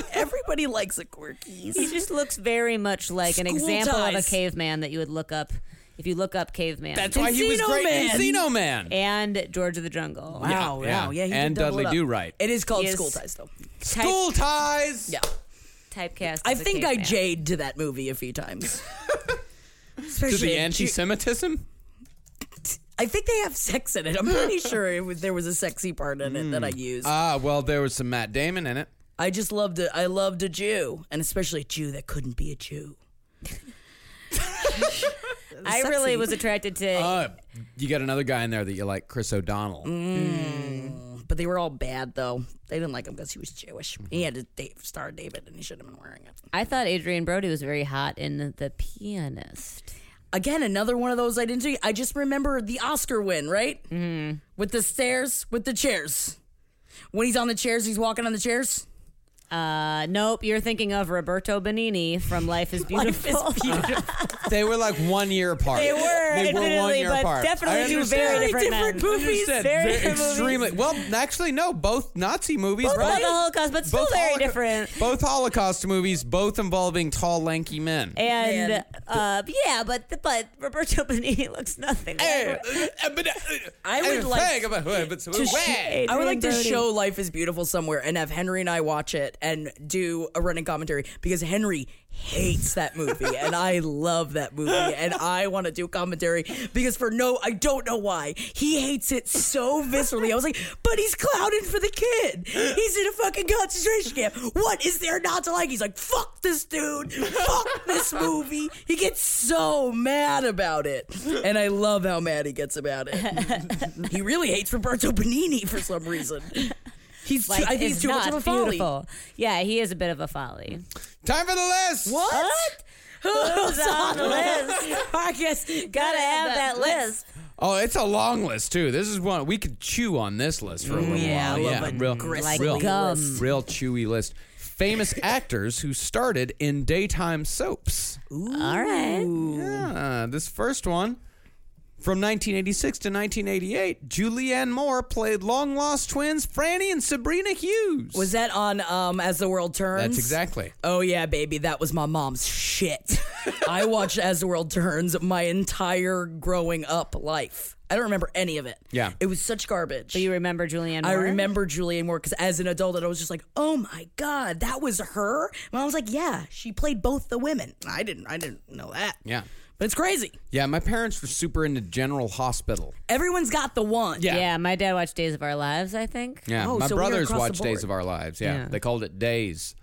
[SPEAKER 7] Everybody likes a quirkies.
[SPEAKER 1] He just looks very much like an
[SPEAKER 7] School
[SPEAKER 1] example of
[SPEAKER 7] ties.
[SPEAKER 1] a caveman that you would look up if you look up caveman.
[SPEAKER 8] That's why he was great. in Encino Man.
[SPEAKER 1] and George of the Jungle.
[SPEAKER 7] Wow,
[SPEAKER 8] Yeah, yeah.
[SPEAKER 7] wow, yeah. he did
[SPEAKER 8] And
[SPEAKER 7] double it
[SPEAKER 8] Dudley
[SPEAKER 7] up.
[SPEAKER 8] Do-Right.
[SPEAKER 7] It is called
[SPEAKER 1] He is-
[SPEAKER 7] School Ties, though.
[SPEAKER 1] Type-
[SPEAKER 8] School ties.
[SPEAKER 7] Yeah.
[SPEAKER 1] typecast.
[SPEAKER 7] I
[SPEAKER 1] as a
[SPEAKER 7] think I
[SPEAKER 1] caveman.
[SPEAKER 7] jade to that movie a few times.
[SPEAKER 8] To
[SPEAKER 7] Especially
[SPEAKER 8] the
[SPEAKER 7] in Ju-
[SPEAKER 8] anti-Semitism.
[SPEAKER 7] I think they have sex in it. I'm pretty sure it was, there was a sexy part in it that I used.
[SPEAKER 8] Ah, well, there was some Matt Damon in it.
[SPEAKER 7] I just loved it. I loved a Jew, and especially a Jew that couldn't be a Jew.
[SPEAKER 1] I really was attracted to.
[SPEAKER 8] Uh, you got another guy in there that you like, Chris O'Donnell.
[SPEAKER 1] Mm.
[SPEAKER 7] But they were all bad, though. They didn't like him because he was Jewish. He had a da- star David, and he should have been wearing it.
[SPEAKER 1] I thought Adrian Brody was very hot in The Pianist.
[SPEAKER 7] Again, another one of those I didn't see. I just remember the Oscar win, right?
[SPEAKER 1] Mm-hmm.
[SPEAKER 7] Mm. With the stairs, with the chairs. When he's on the chairs, he's walking on the chairs.
[SPEAKER 1] Uh, nope, you're thinking of Roberto Benini from Life is
[SPEAKER 7] Life
[SPEAKER 1] Beautiful.
[SPEAKER 7] is beautiful.
[SPEAKER 8] They were like one year apart.
[SPEAKER 1] They were,
[SPEAKER 8] They were one
[SPEAKER 1] admittedly,
[SPEAKER 8] year
[SPEAKER 1] but
[SPEAKER 8] apart.
[SPEAKER 1] definitely
[SPEAKER 8] I
[SPEAKER 1] two
[SPEAKER 8] understand.
[SPEAKER 1] very different men.
[SPEAKER 8] I
[SPEAKER 1] movies,
[SPEAKER 8] understand.
[SPEAKER 1] very
[SPEAKER 8] Very
[SPEAKER 1] different movies.
[SPEAKER 8] extremely. Well, actually, no. Both Nazi movies.
[SPEAKER 1] Both
[SPEAKER 8] both
[SPEAKER 1] about the Holocaust, but still
[SPEAKER 8] both
[SPEAKER 1] very
[SPEAKER 8] Holoca-
[SPEAKER 1] different.
[SPEAKER 8] Both Holocaust movies, both involving tall, lanky men.
[SPEAKER 1] Eh, And uh, yeah, but but Roberto Benini looks nothing.
[SPEAKER 8] Eh,
[SPEAKER 1] like
[SPEAKER 7] I would like
[SPEAKER 8] to
[SPEAKER 7] to sh- I would like to show Life is Beautiful somewhere and have Henry and I watch it and do a running commentary because Henry hates that movie and I love that movie and I want to do commentary because for no I don't know why he hates it so viscerally. I was like, but he's clowning for the kid. He's in a fucking concentration camp. What is there not to like? He's like, fuck this dude. Fuck this movie. He gets so mad about it. And I love how mad he gets about it. he really hates Roberto Benini for some reason. He's too,
[SPEAKER 1] Like,
[SPEAKER 7] I think he's
[SPEAKER 1] it's
[SPEAKER 7] too much of
[SPEAKER 1] not
[SPEAKER 7] a folly.
[SPEAKER 1] beautiful. Yeah, he is a bit of a folly.
[SPEAKER 8] Time for the list.
[SPEAKER 7] What?
[SPEAKER 1] Who's on the list?
[SPEAKER 7] I guess
[SPEAKER 1] Gotta have that list.
[SPEAKER 8] Oh, it's a long list too. This is one we could chew on this list for a little
[SPEAKER 1] Yeah, I
[SPEAKER 8] while.
[SPEAKER 1] love a
[SPEAKER 8] real,
[SPEAKER 1] gristly
[SPEAKER 8] real,
[SPEAKER 1] gum.
[SPEAKER 8] real chewy list. Famous actors who started in daytime soaps.
[SPEAKER 1] All right.
[SPEAKER 8] Yeah, this first one from 1986 to 1988, Julianne Moore played long lost twins Franny and Sabrina Hughes.
[SPEAKER 7] Was that on um, As the World Turns?
[SPEAKER 8] That's exactly.
[SPEAKER 7] Oh yeah, baby, that was my mom's shit. I watched As the World Turns my entire growing up life. I don't remember any of it.
[SPEAKER 8] Yeah.
[SPEAKER 7] It was such garbage.
[SPEAKER 1] But you remember Julianne
[SPEAKER 7] I
[SPEAKER 1] Moore?
[SPEAKER 7] remember Julianne Moore because as an adult, I was just like, "Oh my god, that was her." And I was like, "Yeah, she played both the women." I didn't, I didn't know that.
[SPEAKER 8] Yeah.
[SPEAKER 7] but it's crazy.
[SPEAKER 8] Yeah, my parents were super into General Hospital.
[SPEAKER 7] Everyone's got the one.
[SPEAKER 8] Yeah.
[SPEAKER 1] Yeah, my dad watched Days of Our Lives, I think.
[SPEAKER 8] Yeah,
[SPEAKER 7] Oh,
[SPEAKER 8] my
[SPEAKER 7] so we are
[SPEAKER 8] brothers
[SPEAKER 7] across the
[SPEAKER 8] watched Days
[SPEAKER 7] board.
[SPEAKER 8] of Our Lives. Yeah.
[SPEAKER 1] Yeah.
[SPEAKER 8] they called it Days.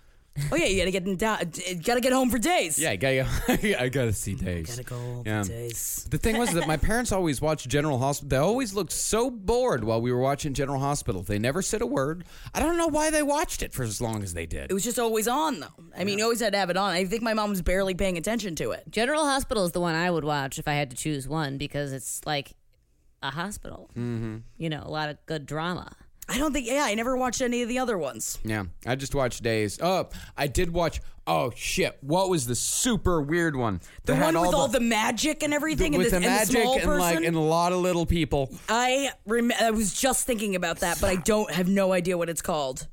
[SPEAKER 7] Oh yeah, you gotta get in down, gotta get home for days.
[SPEAKER 8] Yeah, I gotta, I gotta see Days.
[SPEAKER 7] Mm, gotta go home
[SPEAKER 8] Yeah.
[SPEAKER 7] for days.
[SPEAKER 8] The thing was that my parents always watched General Hospital. They always looked so bored while we were watching General Hospital. They never said a word. I don't know why they watched it for as long as they did.
[SPEAKER 7] It was just always on though. I mean, you always had to have it on. I think my mom was barely paying attention to it.
[SPEAKER 1] General Hospital is the one I would watch if I had to choose one because it's like a hospital. Mm-hmm. You know, a lot of good drama.
[SPEAKER 7] I don't think. Yeah, I never watched any of the other ones.
[SPEAKER 8] yeah, I just watched Days. Oh, I did watch. Oh shit! What was the super weird one?
[SPEAKER 7] The one with all the, magic and everything, and,
[SPEAKER 8] with
[SPEAKER 7] this,
[SPEAKER 8] the
[SPEAKER 7] and the
[SPEAKER 8] magic
[SPEAKER 7] small
[SPEAKER 8] and
[SPEAKER 7] person.
[SPEAKER 8] like and a lot of little people.
[SPEAKER 7] I rem- I was just thinking about that, but I don't have no idea what it's called.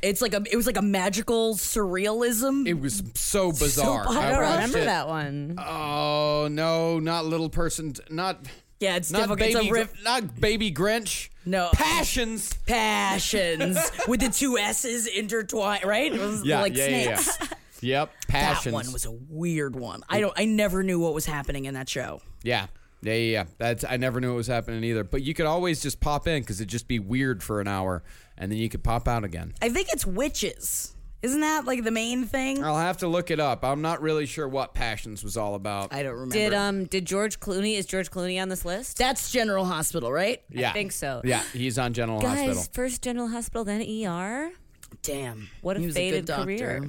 [SPEAKER 7] It's like a. It was like a magical surrealism.
[SPEAKER 8] It was so bizarre.
[SPEAKER 7] I
[SPEAKER 1] I don't
[SPEAKER 8] watched
[SPEAKER 1] remember
[SPEAKER 8] it.
[SPEAKER 1] that one.
[SPEAKER 8] Oh no! Not little person. Not
[SPEAKER 7] yeah, it's
[SPEAKER 8] not
[SPEAKER 7] difficult.
[SPEAKER 8] baby.
[SPEAKER 7] it's a riff.
[SPEAKER 8] Gr- Not baby Grinch.
[SPEAKER 7] No.
[SPEAKER 8] passions.
[SPEAKER 7] Passions with the two S's intertwined, right? It was like snakes.
[SPEAKER 8] yeah. yep. Passions.
[SPEAKER 7] That one was a weird one. I don't. I never knew what was happening in that show.
[SPEAKER 8] Yeah. Yeah, yeah, yeah. That's I never knew it was happening either. But you could always just pop in because it'd just be weird for an hour, and then you could pop out again.
[SPEAKER 7] I think it's witches. Isn't that like the main thing?
[SPEAKER 8] I'll have to look it up. I'm not really sure what Passions was all about.
[SPEAKER 7] I don't remember.
[SPEAKER 1] Did um did George Clooney is George Clooney on this list?
[SPEAKER 7] That's General Hospital, right?
[SPEAKER 8] yeah,
[SPEAKER 1] think so.
[SPEAKER 8] Yeah, he's on General
[SPEAKER 1] Guys,
[SPEAKER 8] Hospital.
[SPEAKER 1] first General Hospital, then
[SPEAKER 7] E
[SPEAKER 1] ER.
[SPEAKER 7] Damn,
[SPEAKER 1] What a
[SPEAKER 7] He was
[SPEAKER 1] faded
[SPEAKER 7] good doctor.
[SPEAKER 1] career.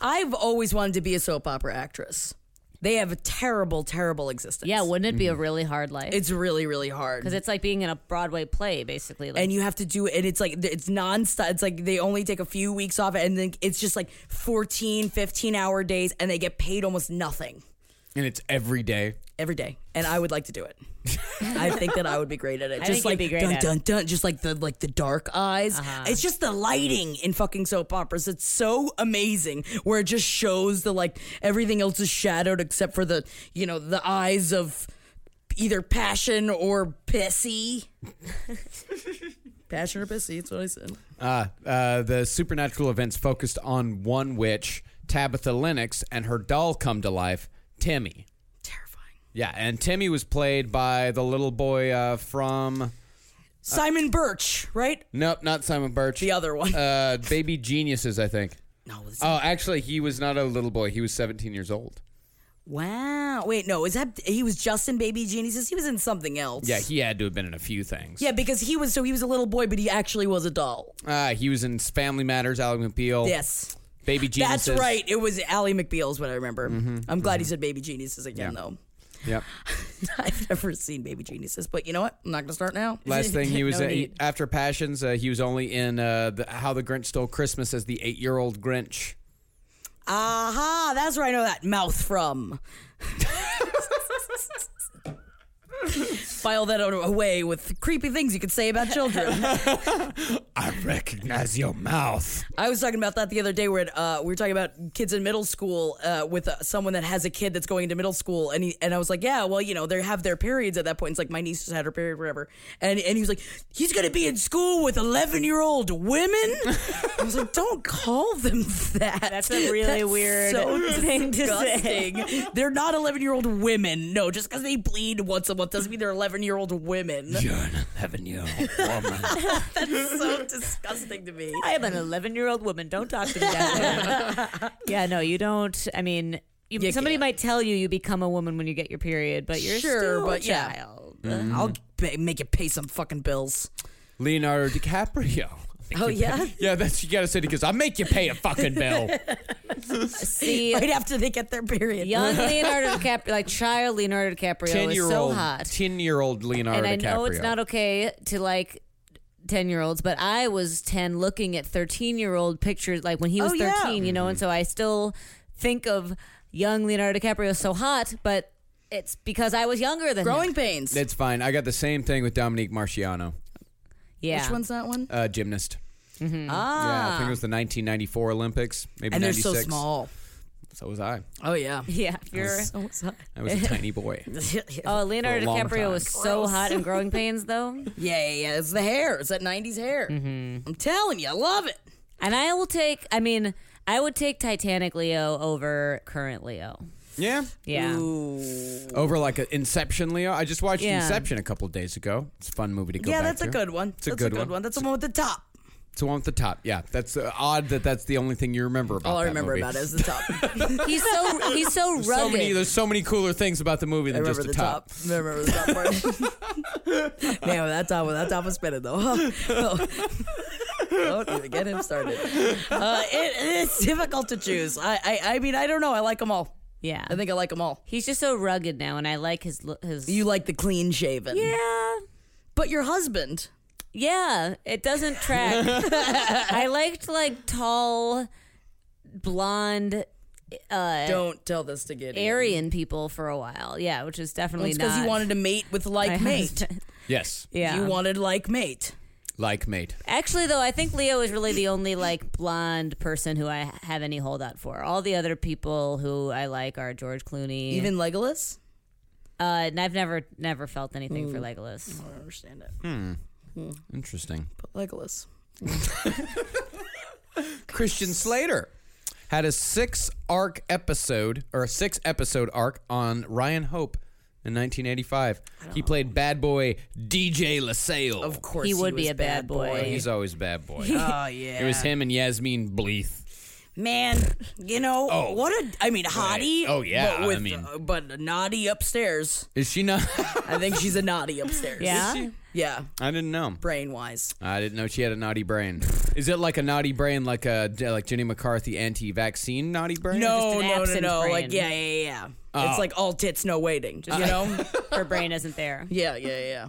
[SPEAKER 7] I've always wanted to be a soap opera actress. They have a terrible, terrible existence.
[SPEAKER 1] Yeah, wouldn't it be a really hard life?
[SPEAKER 7] Mm-hmm. it's really, really hard.
[SPEAKER 1] because it's like being in a Broadway play, basically. Like,
[SPEAKER 7] and you have to do and it's like it's nonstop it's like they only take a few weeks off and then it's just like 14 15 hour days and they get paid almost nothing
[SPEAKER 8] and it's every day.
[SPEAKER 7] every day and i would like to do it i think that i would be great at it
[SPEAKER 1] I
[SPEAKER 7] just
[SPEAKER 1] think you'd be great
[SPEAKER 7] like dun
[SPEAKER 1] at it. Uh-huh.
[SPEAKER 7] dun dun just like the like the dark eyes it's just the lighting in fucking soap operas it's so amazing where it just shows the like everything else is shadowed except for the you know the eyes of either passion or pissy passion or pissy that's what i said
[SPEAKER 8] Uh, uh, the supernatural events focused on one witch, Tabitha Lennox, and her doll come to life, Timmy.
[SPEAKER 7] terrifying
[SPEAKER 8] Yeah, and Timmy was played by the little boy uh, from.
[SPEAKER 7] Simon Birch, right?
[SPEAKER 8] Nope, not Simon Birch.
[SPEAKER 7] The other one.
[SPEAKER 8] Uh, Baby Geniuses, I think.
[SPEAKER 7] No. It's,
[SPEAKER 8] Oh, actually, he was not a little boy. He was 17 years old.
[SPEAKER 7] wow. Wait, no. Is that he was just in Baby Geniuses? He was in something else.
[SPEAKER 8] Yeah, he had to have been in a few things.
[SPEAKER 7] yeah, because he was so he was a little boy, but he actually was a doll.
[SPEAKER 8] Uh, he was in Family Matters, Alec McBeal.
[SPEAKER 7] Yes,
[SPEAKER 8] Baby Geniuses.
[SPEAKER 7] that's right. It was Ally McBeal's what I remember.
[SPEAKER 8] Mm-hmm.
[SPEAKER 7] I'm glad he said Baby Geniuses again, though.
[SPEAKER 8] Yep.
[SPEAKER 7] I've never seen Baby Geniuses, but you know what? I'm not gonna start now.
[SPEAKER 8] Last thing he was
[SPEAKER 1] No
[SPEAKER 8] in,
[SPEAKER 1] need.
[SPEAKER 8] after Passions, uh, he was only in uh, the, How the Grinch Stole Christmas as the eight year old Grinch.
[SPEAKER 7] Aha! That's where I know that mouth from. file that away with creepy things you could say about children.
[SPEAKER 10] I recognize your mouth.
[SPEAKER 7] I was talking about that the other day where it, uh, we were talking about kids in middle school uh, with uh, someone that has a kid that's going to middle school, and he, and I was like, yeah, well, you know, they have their periods at that point. It's like my niece just had her period, whatever, and and he was like, he's gonna be in school with eleven year old women. I was like, don't call them that. That's
[SPEAKER 1] a really weird thing to say.
[SPEAKER 7] disgusting. They're not eleven year old women. No, just because they bleed once a month doesn't mean they're eleven year old women.
[SPEAKER 10] Heaven, you woman.
[SPEAKER 7] that's so disgusting to me.
[SPEAKER 1] I am an 11 year old woman. Don't talk to me that way. yeah, no, you don't. I mean, you, somebody might tell you you become a woman when you get your period, but you're
[SPEAKER 7] sure,
[SPEAKER 1] still
[SPEAKER 7] but
[SPEAKER 1] a child.
[SPEAKER 7] yeah,
[SPEAKER 1] Mm-hmm.
[SPEAKER 7] I'll ba- make it pay some fucking bills.
[SPEAKER 8] Leonardo DiCaprio.
[SPEAKER 7] Oh, yeah?
[SPEAKER 8] yeah. That's you gotta say because I make you pay a fucking bill.
[SPEAKER 1] See,
[SPEAKER 7] right after they get their period,
[SPEAKER 1] young Leonardo DiCaprio, like child Leonardo DiCaprio,
[SPEAKER 8] Ten
[SPEAKER 1] is
[SPEAKER 8] year
[SPEAKER 1] so
[SPEAKER 8] old,
[SPEAKER 1] hot.
[SPEAKER 8] ten year old Leonardo
[SPEAKER 1] and I
[SPEAKER 8] DiCaprio.
[SPEAKER 1] know it's not okay to like. 10 year olds, but I was 10 looking at 13 year old pictures like when he was
[SPEAKER 7] Oh, yeah.
[SPEAKER 1] 13, you know, and so I still think of young Leonardo DiCaprio so hot, but it's because I was younger than him.
[SPEAKER 7] growing pains.
[SPEAKER 8] That's fine. I got the same thing with Dominique Marciano,
[SPEAKER 1] Yeah. Mm-hmm.
[SPEAKER 7] Which one's that one?
[SPEAKER 8] uh, gymnast.
[SPEAKER 7] Ah,
[SPEAKER 8] Yeah, I think it was the 1994 Olympics, maybe
[SPEAKER 7] and they're
[SPEAKER 8] 96.
[SPEAKER 7] so small.
[SPEAKER 8] So was I.
[SPEAKER 7] Oh yeah,
[SPEAKER 1] Yeah, you're.
[SPEAKER 7] So sorry.
[SPEAKER 8] I was a tiny boy.
[SPEAKER 1] Oh,
[SPEAKER 8] For
[SPEAKER 1] Leonardo
[SPEAKER 8] a long
[SPEAKER 1] DiCaprio
[SPEAKER 8] time.
[SPEAKER 1] was so
[SPEAKER 7] Gross.
[SPEAKER 1] hot in Growing Pains, though.
[SPEAKER 7] yeah, yeah, yeah. It's the hair. It's that '90s hair.
[SPEAKER 8] Mm-hmm.
[SPEAKER 7] I'm telling you, I love it.
[SPEAKER 1] And I will take. I mean, I would take Titanic Leo over current Leo.
[SPEAKER 8] Yeah.
[SPEAKER 1] Yeah.
[SPEAKER 8] Mm. Over like a Inception, Leo. I just watched
[SPEAKER 1] Yeah.
[SPEAKER 8] Inception a couple days ago. It's a fun movie to go
[SPEAKER 7] yeah,
[SPEAKER 8] back
[SPEAKER 7] that's a
[SPEAKER 8] to.
[SPEAKER 7] good one.
[SPEAKER 8] It's a
[SPEAKER 7] that's
[SPEAKER 8] good,
[SPEAKER 7] a good one.
[SPEAKER 8] one.
[SPEAKER 7] That's the one with the top.
[SPEAKER 8] It's the one with the top. Yeah, that's uh, odd that that's the only thing you remember about.
[SPEAKER 7] All I
[SPEAKER 8] that
[SPEAKER 7] remember
[SPEAKER 8] movmovie.
[SPEAKER 7] about it is the top.
[SPEAKER 1] He's so he's so rugged.
[SPEAKER 8] There's so many. There's so many cooler things about the movie
[SPEAKER 7] I
[SPEAKER 8] than
[SPEAKER 7] remember
[SPEAKER 8] just the,
[SPEAKER 7] the
[SPEAKER 8] top.
[SPEAKER 7] top. I remember the top part. Man, when that top, when that top was spinning though. Oh, oh. Don't even get him started. Uh, it, it's difficult to choose. I, I, I mean, I don't know. I like them all.
[SPEAKER 1] yeah.
[SPEAKER 7] I think I like them all.
[SPEAKER 1] He's just so rugged now, and I like his lo- his.
[SPEAKER 7] You like the clean shaven,
[SPEAKER 1] yeah.
[SPEAKER 7] but your husband.
[SPEAKER 1] Yeah, it doesn't track. I liked like tall, blonde, uh,
[SPEAKER 7] Don't tell this to get
[SPEAKER 1] Aryan people for a while. Yeah, which is definitely
[SPEAKER 7] It's
[SPEAKER 1] not
[SPEAKER 7] because you wanted to mate with like
[SPEAKER 1] my
[SPEAKER 7] mate.
[SPEAKER 1] husband.
[SPEAKER 8] Yes,
[SPEAKER 1] Yeah,
[SPEAKER 7] You wanted like mate.
[SPEAKER 8] like mate.
[SPEAKER 1] Actually, though, I think Leo is really the only like blonde person who I have any holdout for. All the other people who I like are George Clooney.
[SPEAKER 7] Even Legolas.
[SPEAKER 1] uh, and I've never never felt anything for Legolas.
[SPEAKER 7] I don't understand it.
[SPEAKER 8] Interesting.
[SPEAKER 7] But Legolas.
[SPEAKER 8] Christian Slater had a six arc episode or a six episode arc on Ryan Hope in 1985. He played bad boy DJ LaSalle.
[SPEAKER 7] Of course,
[SPEAKER 1] He would be
[SPEAKER 7] was
[SPEAKER 1] a bad boy.
[SPEAKER 8] He's Ah, always bad boy.
[SPEAKER 7] Oh yeah.
[SPEAKER 8] It was him and Yasmin Bleeth.
[SPEAKER 7] Man, you know
[SPEAKER 8] Oh.
[SPEAKER 7] what a I mean hottie.
[SPEAKER 8] Right. Oh, yeah,
[SPEAKER 7] but with
[SPEAKER 8] I mean-
[SPEAKER 7] uh, but a naughty upstairs.
[SPEAKER 8] Is she not?
[SPEAKER 7] I think she's a naughty upstairs.
[SPEAKER 1] Yeah? Is
[SPEAKER 7] yeah,
[SPEAKER 8] I didn't know.
[SPEAKER 7] brain wise.
[SPEAKER 8] I didn't know she had a naughty brain. Is it like a naughty brain, like a like Jenny McCarthy anti-vaccine naughty brain?
[SPEAKER 7] No,
[SPEAKER 1] an
[SPEAKER 7] no, no,
[SPEAKER 1] absent
[SPEAKER 7] no.
[SPEAKER 1] brain.
[SPEAKER 7] Like yeah, yeah, yeah.
[SPEAKER 8] Oh.
[SPEAKER 7] It's like all tits, no waiting. you know?
[SPEAKER 1] Her brain isn't there.
[SPEAKER 7] yeah, yeah, yeah.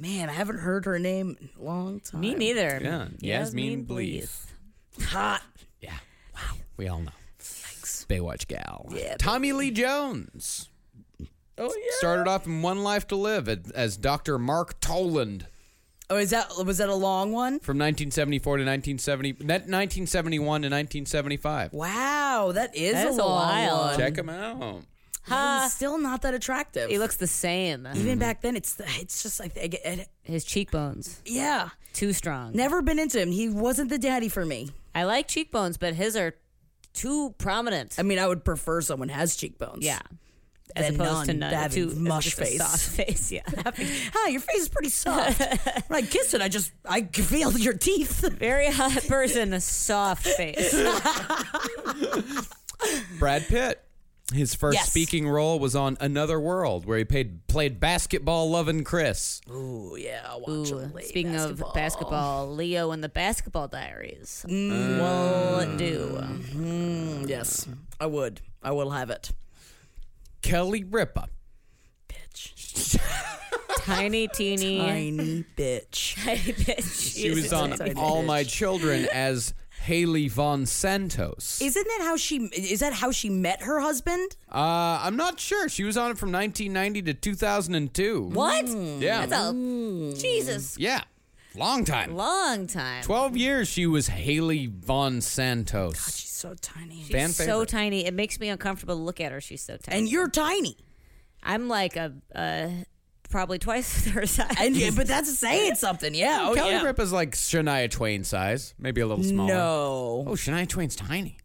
[SPEAKER 7] Man, I haven't heard her name in a long time.
[SPEAKER 1] Me neither.
[SPEAKER 8] Yeah, Yasmin Bleeth.
[SPEAKER 7] Hot.
[SPEAKER 8] Yeah. Wow. We all know. Baywatch gal. Tommy Lee Jones.
[SPEAKER 7] Oh yeah.
[SPEAKER 8] Started off in One Life to Live at- as Dr. Mark Toland
[SPEAKER 7] Oh, is that was that a long one?
[SPEAKER 8] from 1974 to 1970, that 1971 to 1975.
[SPEAKER 7] Wow, that is
[SPEAKER 1] That
[SPEAKER 7] a
[SPEAKER 1] is a
[SPEAKER 7] long
[SPEAKER 1] while.
[SPEAKER 7] one.
[SPEAKER 8] Check him out.
[SPEAKER 7] He's still not that attractive.
[SPEAKER 1] He looks the same.
[SPEAKER 7] even back then. It's it's just like I get-
[SPEAKER 1] His cheekbones
[SPEAKER 7] yeah.
[SPEAKER 1] too strong.
[SPEAKER 7] Never been into him. He wasn't the daddy for me.
[SPEAKER 1] I like cheekbones, but his are too prominent.
[SPEAKER 7] I mean, I would prefer someone has cheekbones.
[SPEAKER 1] yeah. As
[SPEAKER 7] Than
[SPEAKER 1] opposed to none,
[SPEAKER 7] none, that
[SPEAKER 1] to
[SPEAKER 7] mush
[SPEAKER 1] just a
[SPEAKER 7] face.
[SPEAKER 1] soft face. Yeah,
[SPEAKER 7] Hi, your face is pretty soft. when I kiss it, I just I can feel your teeth.
[SPEAKER 1] very hot person, a soft face.
[SPEAKER 8] Brad Pitt. His first
[SPEAKER 7] Yes.
[SPEAKER 8] speaking role was on Another World, where he paid, played basketball loving Chris.
[SPEAKER 7] Ooh, yeah, I'll
[SPEAKER 1] Ooh,
[SPEAKER 7] watch him play
[SPEAKER 1] speaking
[SPEAKER 7] basketball.
[SPEAKER 1] of basketball, Leo and the Basketball Diaries will do.
[SPEAKER 7] Mm, yes, I would. I will have it.
[SPEAKER 8] Kelly Ripa.
[SPEAKER 7] Bitch,
[SPEAKER 1] Tiny, teeny,
[SPEAKER 7] tiny bitch.
[SPEAKER 1] tiny bitch.
[SPEAKER 8] She was on
[SPEAKER 7] Tiny
[SPEAKER 8] All
[SPEAKER 7] bitch.
[SPEAKER 8] My Children as Haley Von Santos.
[SPEAKER 7] Isn't that how she? Is that how she met her husband?
[SPEAKER 8] Uh, I'm not sure. She was on it from 1990 to 2002.
[SPEAKER 1] What?
[SPEAKER 7] Mm,
[SPEAKER 8] Yeah.
[SPEAKER 1] That's a Jesus.
[SPEAKER 8] Yeah. Long time.
[SPEAKER 1] Long time.
[SPEAKER 8] 12 years she was Haley Von Santos. God, she's
[SPEAKER 7] so tiny.
[SPEAKER 1] She's
[SPEAKER 8] Fan
[SPEAKER 1] so
[SPEAKER 8] favorite.
[SPEAKER 1] tiny. It makes me uncomfortable to look at her. She's so tiny.
[SPEAKER 7] And you're tiny.
[SPEAKER 1] I'm like a, uh, probably twice her size.
[SPEAKER 7] And yeah, but that's saying something. Yeah. Oh
[SPEAKER 8] Kelly
[SPEAKER 7] yeah.
[SPEAKER 8] Ripa's like Shania Twain size, maybe a little smaller.
[SPEAKER 7] No.
[SPEAKER 8] Oh, Shania Twain's tiny.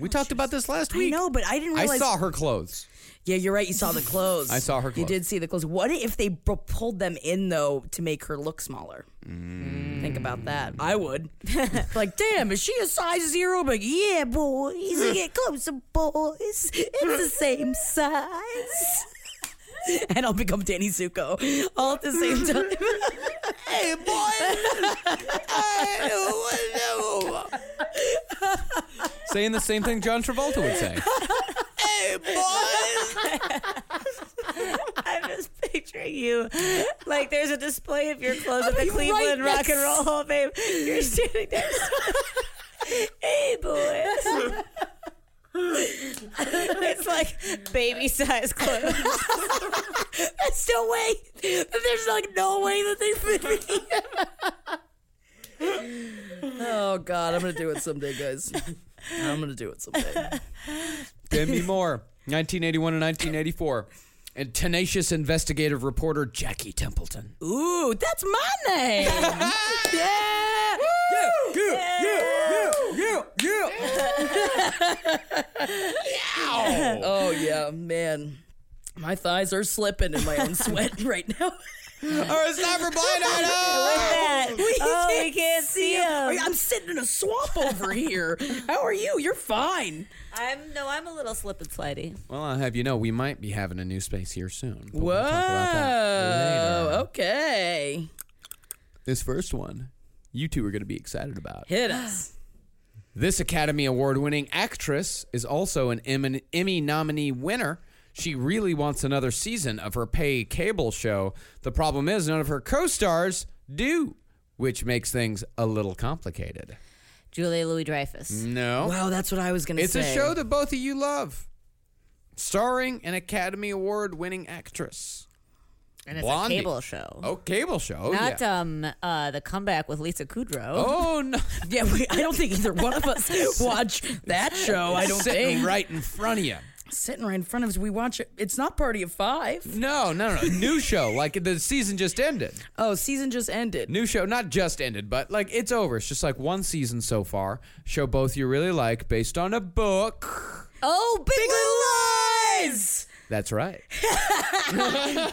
[SPEAKER 8] We talked about this last
[SPEAKER 7] I
[SPEAKER 8] week.
[SPEAKER 7] know, but I didn't
[SPEAKER 8] I
[SPEAKER 7] realize.
[SPEAKER 8] saw her clothes.
[SPEAKER 7] Yeah, you're right. You saw the clothes.
[SPEAKER 8] I saw her
[SPEAKER 7] You
[SPEAKER 8] clothes.
[SPEAKER 7] did see the clothes. What if they b- pulled them in though to make her look smaller?
[SPEAKER 8] Mm.
[SPEAKER 7] Think about that. I would. like, damn, is she a size zero? But yeah, boys, get closer, boys. It's the same size. and I'll become Danny Zuko all at the same time. hey, boy.
[SPEAKER 8] Saying the same thing John Travolta would say.
[SPEAKER 1] hey, I'm just picturing you. Like there's a display of your clothes at the
[SPEAKER 7] you're right,
[SPEAKER 1] Cleveland Rock and
[SPEAKER 7] yes.
[SPEAKER 1] Roll Hall of Fame. You're standing there. hey, boys. it's like baby size clothes.
[SPEAKER 7] That's no way. There's like no way that they fit me. oh God, I'm gonna do it someday, guys. I'm gonna do it someday.
[SPEAKER 8] Demi Moore, 1981 and 1984. And tenacious investigative reporter Jackie Templeton.
[SPEAKER 7] Ooh, that's my name. yeah. Yeah. Yeah. Yeah. Yeah.
[SPEAKER 8] Ow.
[SPEAKER 7] Oh yeah, man. My thighs are slipping in my own sweat right now.
[SPEAKER 8] Or it's not for blind
[SPEAKER 1] that. Oh, we can't see
[SPEAKER 7] him.
[SPEAKER 1] 'em.
[SPEAKER 7] I'm sitting in a swamp over here. How are you? You're fine.
[SPEAKER 1] I'm no, I'm a little slip and slidey.
[SPEAKER 8] Well, I'll have you know, we might be having a new space here soon. but
[SPEAKER 7] Whoa.
[SPEAKER 8] we'll talk about that
[SPEAKER 7] Oh.
[SPEAKER 8] later.
[SPEAKER 7] okay.
[SPEAKER 8] This first one, you two are going to be excited about.
[SPEAKER 7] Hit us.
[SPEAKER 8] This Academy Award winning actress is also an Em- Emmy nominee winner. She really wants another season of her pay cable show. The problem is, none of her co stars do, which makes things a little complicated.
[SPEAKER 1] Julia Louis Dreyfus.
[SPEAKER 8] No.
[SPEAKER 7] Oh, Wow, that's what I was gonna
[SPEAKER 8] It's
[SPEAKER 7] say.
[SPEAKER 8] a show that both of you love, starring an Academy Award winning actress.
[SPEAKER 1] And it's
[SPEAKER 8] Blondie.
[SPEAKER 1] a cable show.
[SPEAKER 8] Oh, cable show.
[SPEAKER 1] Not
[SPEAKER 8] yeah.
[SPEAKER 1] um uh the comeback with Lisa Kudrow.
[SPEAKER 8] Oh no!
[SPEAKER 7] Yeah, we, I don't think either one of us watch that show. I don't
[SPEAKER 8] Sitting
[SPEAKER 7] think.
[SPEAKER 8] right in front of you.
[SPEAKER 7] Sitting right in front of us, we watch it. It's not Party of Five.
[SPEAKER 8] No, no, no. New show. Like the season just ended.
[SPEAKER 7] Oh, season just ended.
[SPEAKER 8] New show, not just ended, but like it's over. It's just like one season so far. Show both you really like based on a book.
[SPEAKER 1] Oh, Big,
[SPEAKER 7] Little Lies.
[SPEAKER 8] That's right.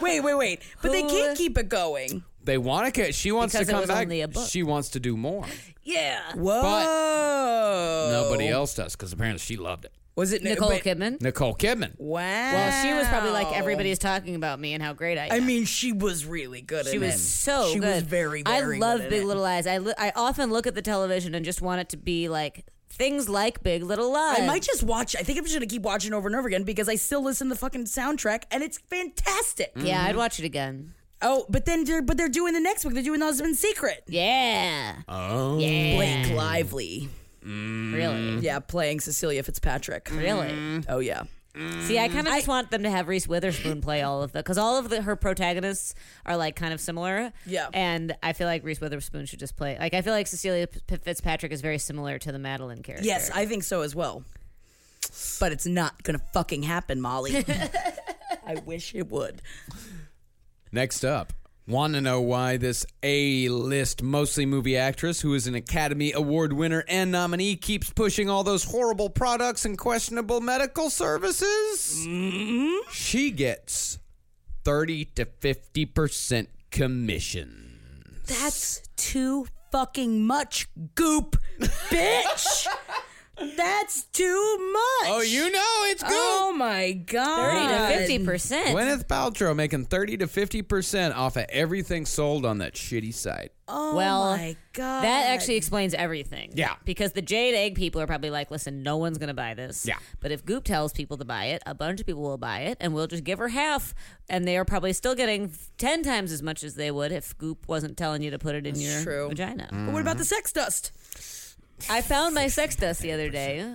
[SPEAKER 7] wait, wait, wait. But they can't keep it going.
[SPEAKER 8] They want to. She wants
[SPEAKER 1] Because
[SPEAKER 8] to
[SPEAKER 1] it
[SPEAKER 8] come
[SPEAKER 1] was
[SPEAKER 8] back.
[SPEAKER 1] only a book.
[SPEAKER 8] She wants to do more.
[SPEAKER 1] Yeah.
[SPEAKER 7] Whoa.
[SPEAKER 1] Oh.
[SPEAKER 8] Nobody else does because apparently she loved it.
[SPEAKER 7] Was it
[SPEAKER 1] Nicole
[SPEAKER 7] but-
[SPEAKER 1] Kidman.
[SPEAKER 8] Nicole Kidman.
[SPEAKER 7] Wow.
[SPEAKER 1] Well, she was probably like everybody's talking about me and how great I am.
[SPEAKER 7] I mean, she was really good.
[SPEAKER 1] she
[SPEAKER 7] in
[SPEAKER 1] was
[SPEAKER 7] it.
[SPEAKER 1] so
[SPEAKER 7] She
[SPEAKER 1] good.
[SPEAKER 7] was very. very
[SPEAKER 1] I love
[SPEAKER 7] good in
[SPEAKER 1] Big
[SPEAKER 7] it.
[SPEAKER 1] Little Lies. I li- I often look at the television and just want it to be like things like Big Little Lies.
[SPEAKER 7] I might just watch. I think I'm just gonna keep watching over and over again because I still listen to the fucking soundtrack and it's fantastic.
[SPEAKER 1] Yeah, I'd watch it again.
[SPEAKER 7] Oh, but then they're but they're doing the next week. They're doing Husband's Secret.
[SPEAKER 1] Yeah.
[SPEAKER 8] Oh.
[SPEAKER 1] Yeah.
[SPEAKER 7] Blake Lively.
[SPEAKER 1] Really.
[SPEAKER 7] Yeah, playing Cecilia Fitzpatrick.
[SPEAKER 1] Mm. Really.
[SPEAKER 7] Oh yeah.
[SPEAKER 1] See, I kind of just want them to have Reese Witherspoon play all of the because all of the, her protagonists are like kind of similar.
[SPEAKER 7] Yeah.
[SPEAKER 1] and I feel like Reese Witherspoon should just play. Like I feel like Cecilia P- Fitzpatrick is very similar to the Madeline character.
[SPEAKER 7] Yes, I think so as well. But it's not gonna fucking happen, Molly. I wish it would.
[SPEAKER 8] Next up, want to know why this A-list mostly movie actress who is an Academy Award winner and nominee keeps pushing all those horrible products and questionable medical services?
[SPEAKER 1] Mm-hmm.
[SPEAKER 8] She gets 30 to 50% commission.
[SPEAKER 7] That's too fucking much goop, bitch. That's too much.
[SPEAKER 8] Oh, you know it's good.
[SPEAKER 7] Oh my god.
[SPEAKER 1] thirty to fifty percent.
[SPEAKER 8] Gwyneth Paltrow making 30 to 50% off of everything sold on that shitty site.
[SPEAKER 7] Oh
[SPEAKER 1] Well,
[SPEAKER 7] my god.
[SPEAKER 1] That actually explains everything.
[SPEAKER 8] Yeah.
[SPEAKER 1] because the Jade Egg people are probably like, listen, no one's gonna buy this.
[SPEAKER 8] Yeah.
[SPEAKER 1] but if Goop tells people to buy it, a bunch of people will buy it, and we'll just give her half, and they are probably still getting ten times as much as they would if Goop wasn't telling you to put it in your
[SPEAKER 7] true.
[SPEAKER 1] vagina.
[SPEAKER 7] But what about the sex dust?
[SPEAKER 1] I found my sex dust the other day.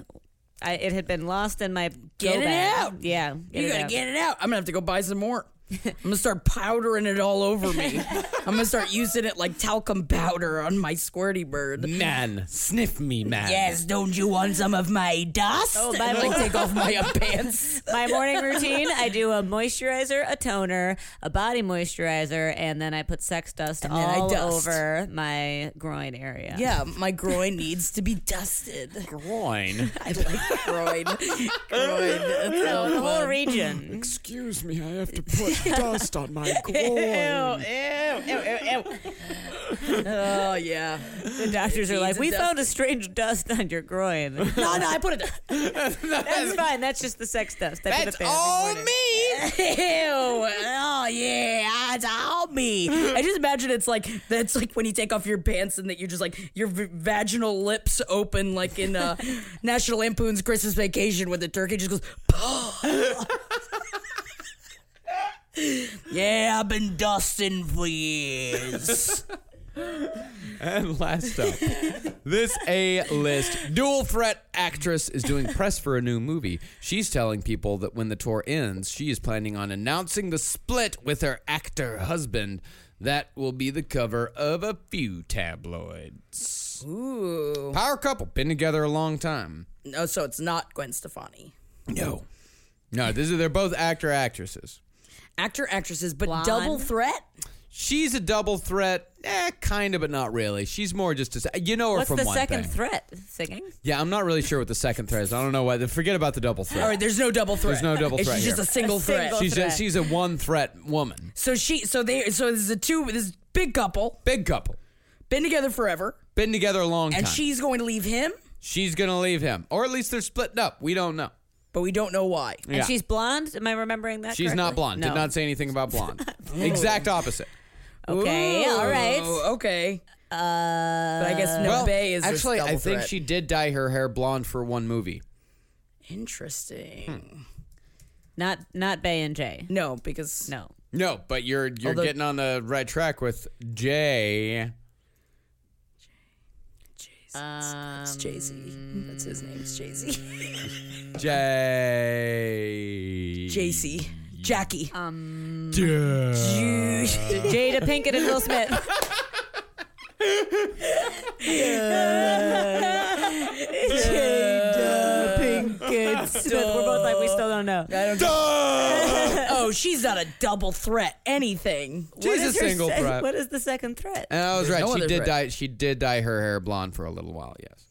[SPEAKER 1] I, it had been lost in my
[SPEAKER 7] Get
[SPEAKER 1] go
[SPEAKER 7] it
[SPEAKER 1] bag.
[SPEAKER 7] out.
[SPEAKER 1] Yeah,
[SPEAKER 7] you gotta get it out. I'm gonna have to go buy some more. I'm gonna start powdering it all over me. I'm gonna start using it like talcum powder on my squirty bird.
[SPEAKER 8] Man, sniff me, man.
[SPEAKER 7] Yes, don't you want some of my dust?
[SPEAKER 1] Oh,
[SPEAKER 7] and, like take off my uh, pants.
[SPEAKER 1] My morning routine: I do a moisturizer, a toner, a body moisturizer, and then I put sex dust
[SPEAKER 7] then I
[SPEAKER 1] all
[SPEAKER 7] dust.
[SPEAKER 1] over my groin area.
[SPEAKER 7] Yeah, my groin needs to be dusted.
[SPEAKER 8] Groin.
[SPEAKER 7] I like groin. Oh, groin. That's so
[SPEAKER 1] The whole
[SPEAKER 7] fun.
[SPEAKER 1] region.
[SPEAKER 9] Excuse me, I have to put dust on my groin.
[SPEAKER 7] Oh yeah.
[SPEAKER 1] The doctors
[SPEAKER 7] It
[SPEAKER 1] are
[SPEAKER 7] needs
[SPEAKER 1] like,
[SPEAKER 7] a
[SPEAKER 1] "We
[SPEAKER 7] dust-
[SPEAKER 1] found a strange dust on your groin."
[SPEAKER 7] No, no, I put it there.
[SPEAKER 1] That's fine. That's just the sex dust. I put it there every morning.
[SPEAKER 7] Ew. Oh yeah, it's all me. I just imagine it's like that's like when you take off your pants and that you're just like your v- vaginal lips open like in uh, National Lampoon's Christmas Vacation when the turkey just goes. yeah, I've been dusting for years.
[SPEAKER 8] And last up, this A list dual threat actress is doing press for a new movie. She's telling people that when the tour ends, she is planning on announcing the split with her actor husband. That will be the cover of a few tabloids.
[SPEAKER 7] Ooh.
[SPEAKER 8] Power couple, been together a long time.
[SPEAKER 7] No, so it's not Gwen Stefani.
[SPEAKER 8] No. No, this is, they're both actor actresses.
[SPEAKER 7] Actor, actresses, but
[SPEAKER 1] Blonde.
[SPEAKER 7] double threat.
[SPEAKER 8] She's a double threat, eh, kind of, but not really. She's more just a. You know her
[SPEAKER 1] What's
[SPEAKER 8] from
[SPEAKER 1] the
[SPEAKER 8] one
[SPEAKER 1] second
[SPEAKER 8] thing.
[SPEAKER 1] threat? Singing.
[SPEAKER 8] Yeah, I'm not really sure what the second threat is. I don't know why. Forget about the double threat.
[SPEAKER 7] All right, there's no double threat.
[SPEAKER 8] There's no double
[SPEAKER 7] It's-
[SPEAKER 8] threat
[SPEAKER 7] She's
[SPEAKER 8] here.
[SPEAKER 7] just a single
[SPEAKER 1] A
[SPEAKER 7] threat.
[SPEAKER 1] single
[SPEAKER 8] she's a,
[SPEAKER 1] threat.
[SPEAKER 8] she's a one threat woman.
[SPEAKER 7] So she, so they, so this is a two, this is big couple,
[SPEAKER 8] Big couple.
[SPEAKER 7] been together forever,
[SPEAKER 8] Been together a long
[SPEAKER 7] and
[SPEAKER 8] time.
[SPEAKER 7] she's going to leave him,
[SPEAKER 8] she's gonna leave him, or at least they're splitting up. We don't know.
[SPEAKER 7] but we don't know why.
[SPEAKER 1] And she's blonde. Am I remembering that?
[SPEAKER 8] she's not
[SPEAKER 1] correctly?
[SPEAKER 8] blonde.
[SPEAKER 1] No.
[SPEAKER 8] Did not say anything about blonde. exact opposite.
[SPEAKER 1] Okay. All right.
[SPEAKER 7] Oh, okay. Uh, but I guess no
[SPEAKER 8] well,
[SPEAKER 7] Bay is this
[SPEAKER 8] actually, I
[SPEAKER 7] double
[SPEAKER 8] think
[SPEAKER 7] threat.
[SPEAKER 8] she did dye her hair blonde for one movie. Hmm.
[SPEAKER 7] Interesting.
[SPEAKER 1] Not not Bay and Jay.
[SPEAKER 7] No, because
[SPEAKER 1] No.
[SPEAKER 8] No, but you're you're
[SPEAKER 7] Although-
[SPEAKER 8] getting on the right track with Jay.
[SPEAKER 1] Um,
[SPEAKER 7] it's Jay Z. That's his name. It's Jay Z.
[SPEAKER 8] Jay.
[SPEAKER 7] Jay Z. Jackie.
[SPEAKER 1] Um, Jada Pinkett and Will Smith. Jada Pinkett Smith. We're both like we still don't know.
[SPEAKER 7] oh, she's not a double threat. Anything.
[SPEAKER 1] What
[SPEAKER 8] She's
[SPEAKER 1] is
[SPEAKER 8] a
[SPEAKER 1] her
[SPEAKER 8] single
[SPEAKER 1] se-
[SPEAKER 8] threat.
[SPEAKER 1] What is the second threat?
[SPEAKER 8] And I was
[SPEAKER 7] There's
[SPEAKER 8] right.
[SPEAKER 7] no
[SPEAKER 8] she
[SPEAKER 7] other
[SPEAKER 8] did
[SPEAKER 7] threat.
[SPEAKER 8] dye. She did dye her hair blonde for a little while. Yes.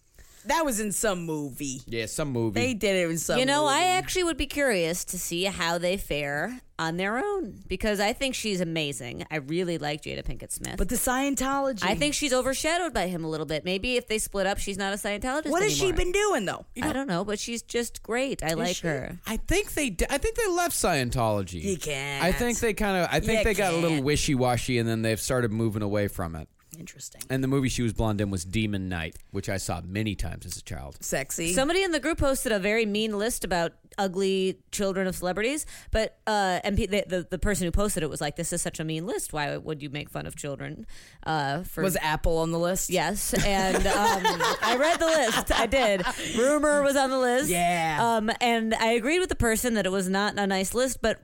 [SPEAKER 7] That was in some movie.
[SPEAKER 8] Yeah, some movie.
[SPEAKER 7] They did it in some.
[SPEAKER 1] You know,
[SPEAKER 7] movie.
[SPEAKER 1] I actually would be curious to see how they fare on their own because I think she's amazing. I really like Jada Pinkett Smith.
[SPEAKER 7] But the Scientology.
[SPEAKER 1] I think she's overshadowed by him a little bit. Maybe if they split up, she's not a Scientologist.
[SPEAKER 7] What has she
[SPEAKER 1] anymore.
[SPEAKER 7] been doing though?
[SPEAKER 1] I don't know, but she's just great. I like
[SPEAKER 7] she?
[SPEAKER 1] her.
[SPEAKER 8] I think they. d- I think they left Scientology.
[SPEAKER 7] You can't.
[SPEAKER 8] I think they kind of. I think
[SPEAKER 7] You
[SPEAKER 8] they got a little
[SPEAKER 7] can't.
[SPEAKER 8] wishy washy, and then they've started moving away from it.
[SPEAKER 7] Interesting.
[SPEAKER 8] And the movie she was blonde in was Demon Night, which I saw many times as a child.
[SPEAKER 7] Sexy.
[SPEAKER 1] Somebody in the group posted a very mean list about ugly children of celebrities, but uh, and pe- the, the the person who posted it was like, "This is such a mean list. Why would you make fun of children?" Uh, for
[SPEAKER 7] was Apple on the list?
[SPEAKER 1] Yes, and um, I read the list. I did. Rumor was on the list.
[SPEAKER 7] Yeah.
[SPEAKER 1] Um, and I agreed with the person that it was not a nice list, but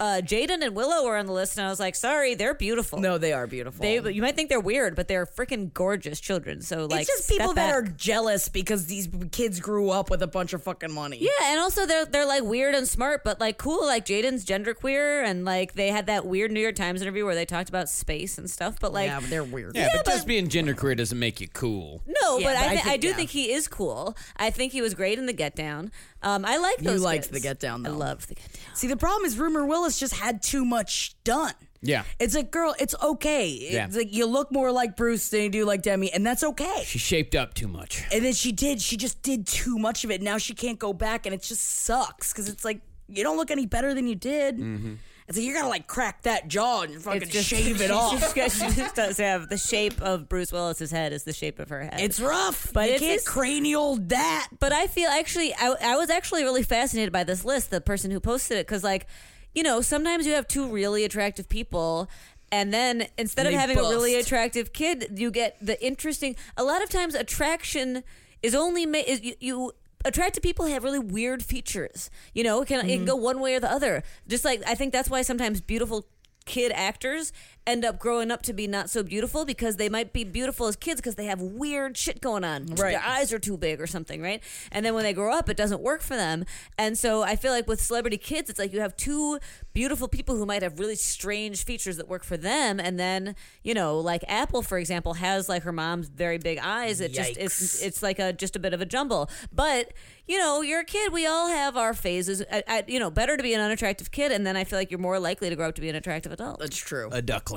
[SPEAKER 1] uh, Jaden and Willow were on the list, and I was like, sorry, they're beautiful.
[SPEAKER 7] No, they are beautiful.
[SPEAKER 1] Oh. They, you might think they're weird, but they're freaking gorgeous children. So like,
[SPEAKER 7] it's just
[SPEAKER 1] step
[SPEAKER 7] people that
[SPEAKER 1] back.
[SPEAKER 7] are jealous because these kids grew up with a bunch of fucking money.
[SPEAKER 1] Yeah, and also they're they're like weird and smart, but like cool. Like Jaden's genderqueer, and like they had that weird New York Times interview where they talked about space and stuff. But like,
[SPEAKER 7] yeah, but they're weird.
[SPEAKER 8] Yeah, but, just being genderqueer doesn't make you cool.
[SPEAKER 1] no,
[SPEAKER 7] Yeah,
[SPEAKER 1] but, I,
[SPEAKER 7] but I
[SPEAKER 1] th- I
[SPEAKER 7] think-
[SPEAKER 1] do
[SPEAKER 7] yeah.
[SPEAKER 1] think he is cool. I think he was great in the Get Down. Um, I like
[SPEAKER 7] You
[SPEAKER 1] those.
[SPEAKER 7] liked
[SPEAKER 1] kids.
[SPEAKER 7] The Get Down,
[SPEAKER 1] I
[SPEAKER 7] though.
[SPEAKER 1] loved the Get Down.
[SPEAKER 7] See, the problem is Rumor Willis just had too much done.
[SPEAKER 8] Yeah.
[SPEAKER 7] It's like, girl, it's okay.
[SPEAKER 8] Yeah.
[SPEAKER 7] It's like you look more like Bruce than you do like Demi, and that's okay.
[SPEAKER 8] She shaped up too much.
[SPEAKER 7] and then she did. She just did too much of it. Now she can't go back, and it just sucks because it's like you don't look any better than you did. It's like you gotta like crack that jaw and fucking shave it
[SPEAKER 1] she's
[SPEAKER 7] off.
[SPEAKER 1] just- she just does have the shape of Bruce Willis's head is the shape of her head.
[SPEAKER 7] It's rough,
[SPEAKER 1] But
[SPEAKER 7] but you
[SPEAKER 1] it's
[SPEAKER 7] can't
[SPEAKER 1] just-
[SPEAKER 7] cranial that.
[SPEAKER 1] but I feel actually, I, I was actually really fascinated by this list, the person who posted it, because like, you know, sometimes you have two really attractive people And then instead
[SPEAKER 11] And
[SPEAKER 1] of
[SPEAKER 11] they
[SPEAKER 1] having a really
[SPEAKER 11] bust.
[SPEAKER 1] attractive kid, you get the interesting. A lot of times, attraction is only ma- is you. you Attractive people have really weird features. You know, it can, it can
[SPEAKER 11] Mhm.
[SPEAKER 1] go one way or the other. Just like I think that's why sometimes beautiful kid actors end up growing up to be not so beautiful because they might be beautiful as kids because they have weird shit going on.
[SPEAKER 11] Right.
[SPEAKER 1] Their eyes are too big or something, right? And then when they grow up, it doesn't work for them. And so I feel like with celebrity kids, it's like you have two beautiful people who might have really strange features that work for them. And then, you know, like Apple, for example, has like her mom's very big eyes. It just, it's, it's like a, just a bit of a jumble. But, you know, you're a kid. We all have our phases. I, I, you know, better to be an unattractive kid. And then I feel like you're more likely to grow up to be an attractive adult.
[SPEAKER 7] That's true.
[SPEAKER 10] A duckling.
[SPEAKER 7] Uh,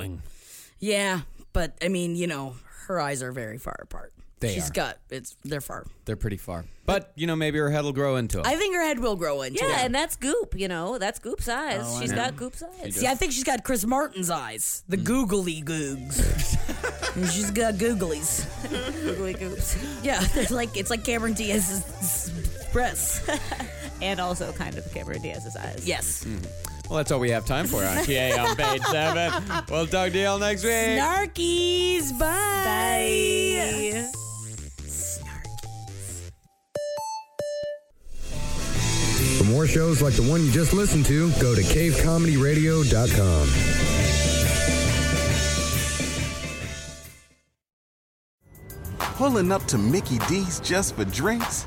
[SPEAKER 7] Yeah, but I mean, you know, her eyes are very far apart.
[SPEAKER 8] They
[SPEAKER 7] She's
[SPEAKER 8] are.
[SPEAKER 7] got it's they're far.
[SPEAKER 8] They're pretty far, but you know maybe her head will grow into it.
[SPEAKER 7] I think her head will grow into
[SPEAKER 1] Yeah,
[SPEAKER 7] it.
[SPEAKER 1] and that's Goop. You know, that's Goop's eyes.
[SPEAKER 7] Oh, I
[SPEAKER 1] She's
[SPEAKER 7] know. Mm.
[SPEAKER 1] got Goop's eyes.
[SPEAKER 7] See, I think she's got Chris Martin's eyes, the googly googs. And she's got googlies.
[SPEAKER 1] Googly goops.
[SPEAKER 7] Yeah, they're like it's like Cameron Diaz's breasts.
[SPEAKER 1] and also kind of Cameron Diaz's eyes.
[SPEAKER 7] Yes.
[SPEAKER 8] Well, that's all we have time for on TA on page seven. We'll talk to y'all next week.
[SPEAKER 7] Snarkies, bye.
[SPEAKER 1] Bye.
[SPEAKER 12] For more shows like the one you just listened to, go to cavecomedyradio.com.
[SPEAKER 13] Pulling up to Mickey D's just for drinks?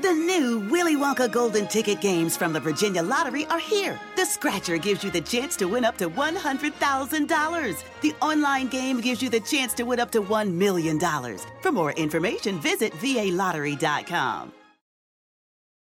[SPEAKER 14] The new Willy Wonka Golden Ticket games from the Virginia Lottery are here. The Scratcher gives you the chance to win up to $100,000. The online game gives you the chance to win up to $1 million. For more information, visit VALottery.com.